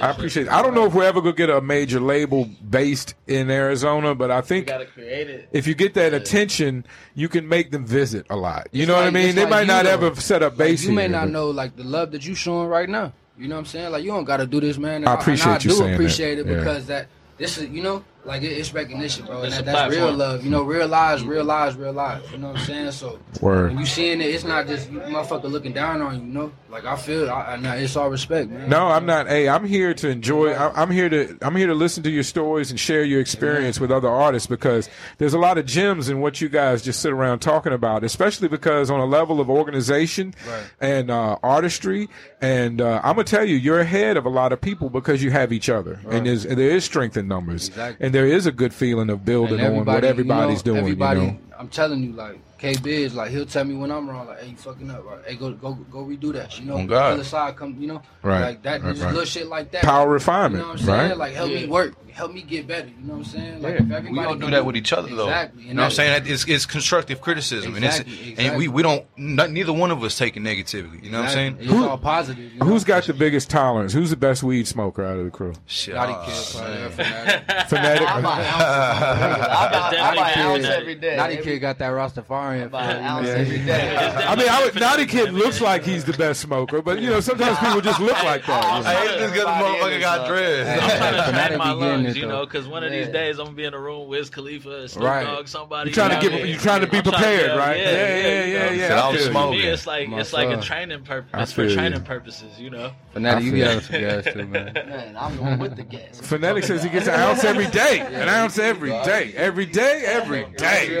S1: I appreciate. I don't know if we're ever gonna get a major label based in Arizona, but I think
S2: create it.
S1: if you get that attention, you can make them visit a lot. You
S7: It's
S1: know what I
S7: like-
S1: mean?
S7: it's
S1: They
S7: like
S1: might
S7: you,
S1: not
S7: though.
S1: ever set up
S7: Like,
S1: base.
S7: you may
S1: here,
S7: not
S1: but-
S7: know like the love that you showing right now. You know what I'm saying? Like you don't gotta do this, man. And
S1: I appreciate
S7: and I
S1: you
S7: do
S1: saying that.
S7: appreciate it
S1: Yeah.
S7: because that this is you know like it, it's recognition, bro. And
S6: It's
S7: that,
S6: a
S7: that's real
S6: platform.
S7: love. You know, real lives, real lives, real lives. You know what I'm saying? So
S1: Word.
S7: when you seeing it, it's not just you motherfucker looking down on you. You know, like I feel, I, I, nah, it's all respect, man.
S1: No, I'm not. Hey, I'm here to enjoy. I- I'm here to. I'm here to listen to your stories and share your experience with other artists because there's a lot of gems in what you guys just sit around talking about, especially because on a level of organization and uh, artistry, and uh, I'm gonna tell you, you're ahead of a lot of people because you have each other, and, there's, and there is strength in numbers,
S7: Exactly.
S1: and there is a good feeling of building on what
S7: you know,
S1: everybody's doing.
S7: Everybody,
S1: you know?
S7: I'm telling you, like K Biz, like he'll tell me when I'm wrong, like, hey, you fucking up, right? Hey, go go go redo that. You know,
S1: On God.
S7: the other side come, you know,
S1: Right,
S7: like that,
S1: right,
S7: just
S1: right.
S7: little shit like that.
S1: Power refinement,
S7: You know what I'm saying?
S1: right?
S7: Like help me
S1: Yeah.
S7: work, help me get better. You know what I'm saying? Like
S3: Yeah.
S7: if
S3: we
S7: everybody
S3: don't do
S7: can
S3: that with each other though.
S7: Exactly.
S3: You know what I'm
S7: that-
S3: saying? It's, it's constructive criticism, and it's
S7: Exactly,
S3: and we, we don't not, neither one of us take it negatively. You know what I'm
S7: Exactly.
S3: saying?
S7: It's all positive.
S1: Who's got the biggest tolerance? Who's the best weed smoker out of the
S7: <laughs>
S1: crew?
S3: Shit, ah,
S7: Naughty kid, probably,
S3: man. <laughs>
S7: or fanatic.
S1: Fanatic.
S7: I buy ounces. I buy- I buy
S1: It's definitely
S7: ounces
S1: Kid.
S7: every day. Naughty kid got that Rastafarian. for it, you know?
S1: I mean, I would, Naughty Kid looks like he's the best smoker, but you know, sometimes people just look like that. you know?
S3: I hate this good motherfucker got dreads.
S5: I'm trying to
S1: Fanatic
S5: train my
S1: be getting
S5: lungs,
S1: it,
S5: you
S1: though.
S5: know, because one of these days I'm gonna be in a room with Wiz Khalifa, Snoop
S1: Right.
S5: Dogg, somebody.
S1: You trying to
S5: know
S1: get-
S5: what I mean?
S1: you trying to be
S5: I'm trying
S1: prepared,
S5: get-
S1: right? Yeah, yeah, yeah, yeah, I
S5: I'm
S1: feel you.
S5: For me, it's like
S1: My
S5: it's like a
S1: son.
S5: training
S1: I
S5: purpose
S1: feel
S5: for
S1: you.
S5: training purposes, you know.
S1: I feel you.
S3: <laughs>
S4: Man, I'm going with the gas.
S1: Fanatic says he gets an ounce every day. An ounce every day. Every day, every day.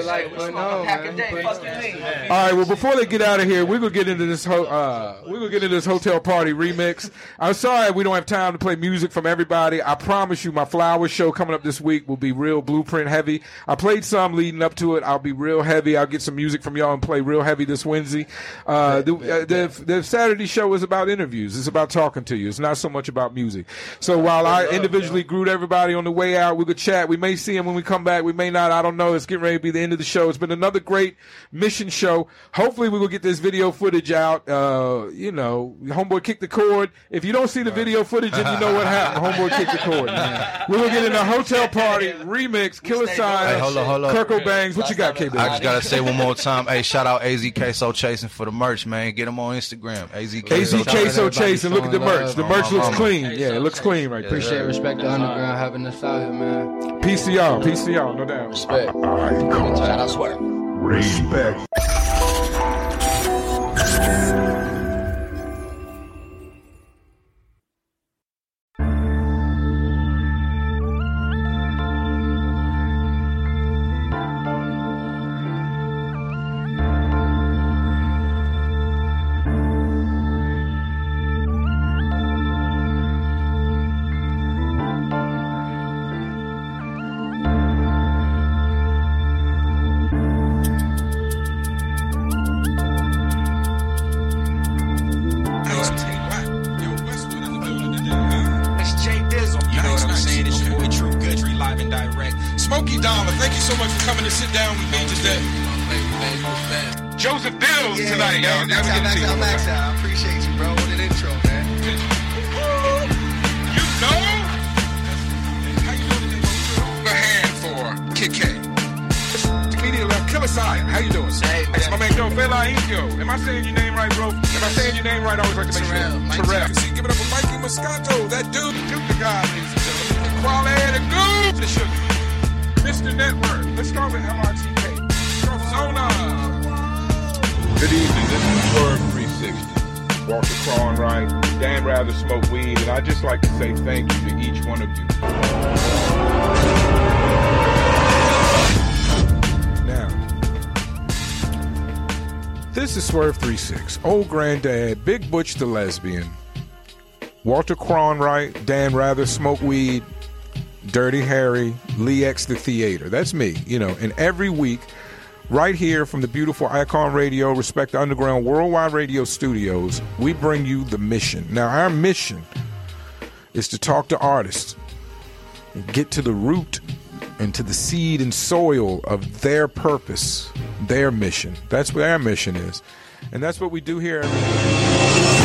S1: All right, well, before they get out of here, we're going to get into this ho- uh, we're gonna get into this hotel party remix. I'm sorry we don't have time to play music from everybody. I promise you, my flower show coming up this week will be real blueprint heavy. I played some leading up to it. I'll be real heavy. I'll get some music from y'all and play real heavy this Wednesday. Uh, the, uh, the, the Saturday show is about interviews. It's about talking to you. It's not so much about music. So while I individually grouped everybody on the way out, we could chat. We may see him when we come back. We may not. I don't know. It's getting ready to be the end of the show. It's been another great mission show. Hopefully, we will get this video footage out. Uh, you know, homeboy kicked the cord. If you don't see the video footage, then you know
S3: <laughs>
S1: what happened. Homeboy kicked the cord. We will get in a hotel party remix. Killer
S3: Hey,
S1: Sign.
S3: hold on, hold on.
S1: Kirko Bangs. What you got, KB?
S3: <laughs> I just gotta say one more time, hey, shout out AZK So Chasing for the merch, man. Get them on Instagram, AZK
S1: AZK So Chasing. Look at the merch. The merch looks
S3: Mama.
S1: clean. Yeah, it looks clean right there.
S7: Appreciate respect to underground having us out here, man.
S1: Peace to y'all. Peace to y'all. No doubt.
S7: Respect.
S1: Shout
S7: out swear.
S1: Respect.
S13: It's Jay Dizzle. You know what I'm saying? It's your boy True Goodry, live and direct. Smokey Dollar, thank you so much for coming to sit down with me today. Joseph Bills tonight, y'all. Never get to you.
S14: I appreciate you, bro. With an intro, man.
S13: You know? How you doing today, Mr. A hand for Kid K. Media left. Killer Sire, how you doing, sir? It's my man, Joe Felahinko. Am I saying your name right, bro? Am I saying your name right? I always like to make sure. Terrell. See, give it up for Mikey Moscato. That dude, Duke the God, ladies and gentlemen. Quality the goose, the sugar. Mr. Network. Let's start with MRTK. Zona.
S1: Good evening. This is Word 360. Walter Crownright. Dan rather smoke weed, and I just like to say thank you to each one of you. Now, this is Swerve 36. Old Granddad, Big Butch the Lesbian, Walter Crownright, Dan Rather smoke weed, Dirty Harry, Lee X the Theater. That's me, you know. And every week, right here from the beautiful Icon Radio, Respect the Underground Worldwide Radio Studios, we bring you the mission. Now, our mission is to talk to artists and get to the root and to the seed and soil of their purpose, their mission. That's what our mission is. And that's what we do here.